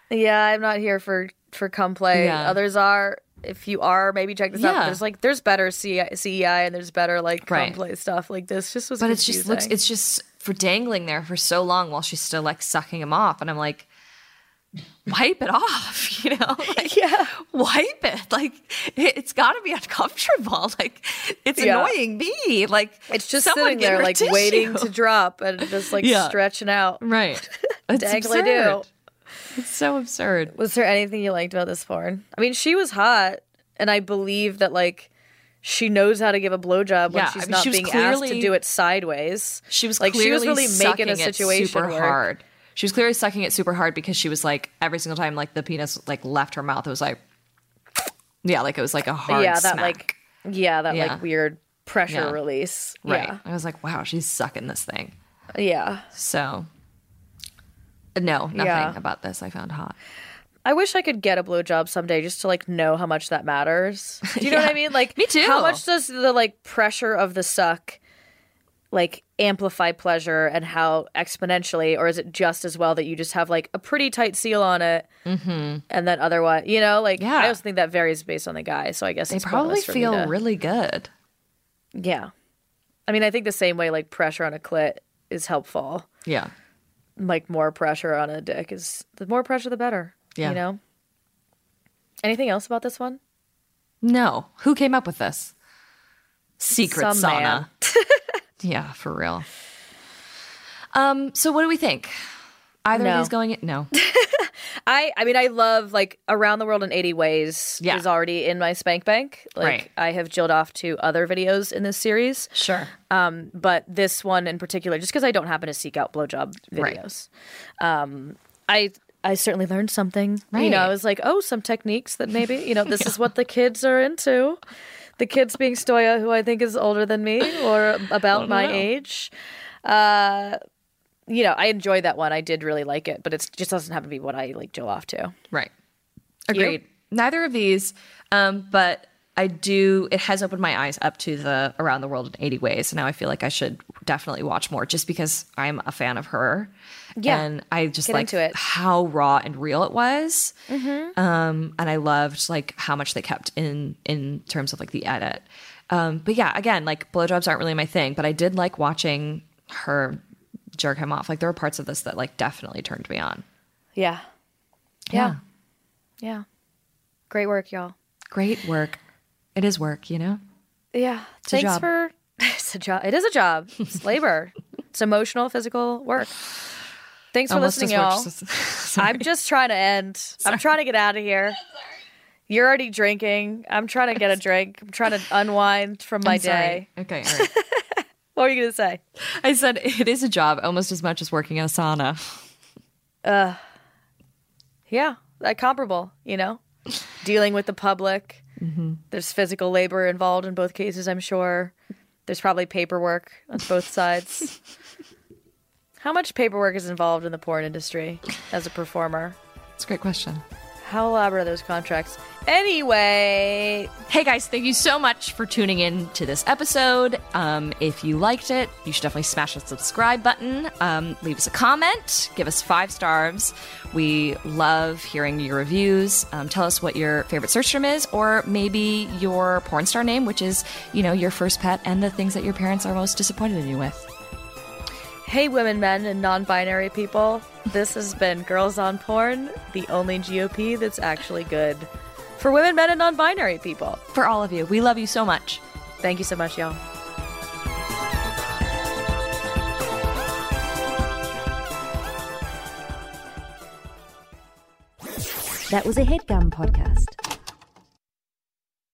S4: Yeah, I'm not here for for come play.
S5: Yeah.
S4: Others are. If you are, maybe check this out.
S5: Yeah.
S4: There's like there's better CI, CEI E and there's better like come
S5: Right.
S4: play stuff. Like this just was.
S5: But it's just looks
S4: confusing.
S5: it's just for dangling there for so long while she's still like sucking him off and I'm like wipe it off, you know? Like
S4: Yeah.
S5: wipe it. Like it, it's got to be uncomfortable. Like it's
S4: Yeah.
S5: annoying me. Like
S4: It's just
S5: someone
S4: sitting
S5: get
S4: there
S5: her
S4: like waiting
S5: tissue.
S4: to drop and just like
S5: Yeah.
S4: stretching out.
S5: Right. It's
S4: Dangly do.
S5: absurd. It's so absurd.
S4: Was there anything you liked about this porn? I mean, she was hot, and I believe that like she knows how to give a blowjob when
S5: Yeah, I
S4: she's
S5: mean,
S4: not
S5: she was
S4: being asked to
S5: clearly-
S4: do it sideways.
S5: She was
S4: like
S5: clearly
S4: she was really making
S5: sucking
S4: a
S5: it
S4: situation
S5: super
S4: work.
S5: hard. She was clearly sucking it super hard because she was like every single time like the penis like left her mouth. It was like yeah, like it was like a hard
S4: yeah, that
S5: smack.
S4: like yeah, that
S5: Yeah.
S4: like weird pressure
S5: Yeah.
S4: release.
S5: right. I was like, wow, she's sucking this thing.
S4: Yeah. Yeah.
S5: So uh, no, nothing
S4: Yeah.
S5: about this I found hot.
S4: I wish I could get a blowjob someday just to like know how much that matters. Do you know what I mean? Like
S5: Me too.
S4: How much does the like pressure of the suck like amplify pleasure and how exponentially, or is it just as well that you just have like a pretty tight seal on it and then otherwise, you know, like
S5: Mm-hmm. Yeah.
S4: I also think that varies based on the guy. So I guess
S5: They
S4: it's
S5: probably
S4: pointless for me
S5: feel
S4: to-
S5: really good.
S4: yeah. I mean, I think the same way like pressure on a clit is helpful.
S5: Yeah.
S4: Like more pressure on a dick is the more pressure the better.
S5: Yeah.
S4: You know. Anything else about this one?
S5: No. Who came up with this? Secret
S4: Some
S5: sauna.
S4: man.
S5: yeah, for real. Um, so what do we think? Either of
S4: No.
S5: these going in? No.
S4: I I mean I love like Around the World in 80 Ways
S5: Yeah.
S4: is already in my spank bank. Like
S5: Right.
S4: I have jilled off to other videos in this series,
S5: Sure.
S4: but this one in particular just because I don't happen to seek out blowjob
S5: Right.
S4: videos. Um I I certainly learned something. You know, I
S5: Right.
S4: was like, "Oh, some techniques that maybe, you know, this is what the kids are into." The kids being Stoya, who I think is older than me or about my age. Uh you know, I enjoyed that one. I did really like it, but it just doesn't happen to be what I like jill off to.
S5: Right. Agreed. Neither of these, um, but I do. It has opened my eyes up to the Around the World in 80 Ways. And now I feel like I should definitely watch more, just because I'm a fan of her.
S4: Yeah.
S5: And I just
S4: Get
S5: like
S4: into it. Mm-hmm.
S5: how raw and real it was. Um, and I loved like how much they kept in in terms of like the edit. Um, but yeah, again, like blowjobs aren't really my thing, but I did like watching her jerk him off. Like there were parts of this that like definitely turned me on.
S4: Yeah. Yeah. Yeah. Great work, y'all.
S5: Great work. It is work, you know?
S4: Yeah.
S5: a
S4: Thanks
S5: job.
S4: for it's a job. It is a job. It's labor. it's emotional, physical work. Thanks for
S5: Almost
S4: listening, y'all.
S5: as much.
S4: I'm just trying to end. I'm trying to get out of here. You're already drinking. I'm trying to get a drink. I'm trying to unwind from my day.
S5: Okay. All right.
S4: What were you gonna say?
S5: I said it is a job almost as much as working in a sauna.
S4: Yeah, that comparable. You know, dealing with the public. There's physical labor involved in both cases. I'm sure. There's probably paperwork on both sides. How much paperwork is involved in the porn industry as a performer?
S5: It's a great question.
S4: How elaborate are those contracts? Anyway,
S5: Hey guys, thank you so much for tuning in to this episode. Um, if you liked it, you should definitely smash that subscribe button, um, leave us a comment, give us five stars. We love hearing your reviews. Um, tell us what your favorite search term is, or maybe your porn star name, which is, you know, your first pet and the things that your parents are most disappointed in you with.
S4: hey, women, men, and non binary people. This has been Girls on Porn, the only GOP that's actually good for women, men, and non binary people.
S5: For all of you, we love you so much.
S4: Thank you so much, y'all.
S1: That was a headgum podcast.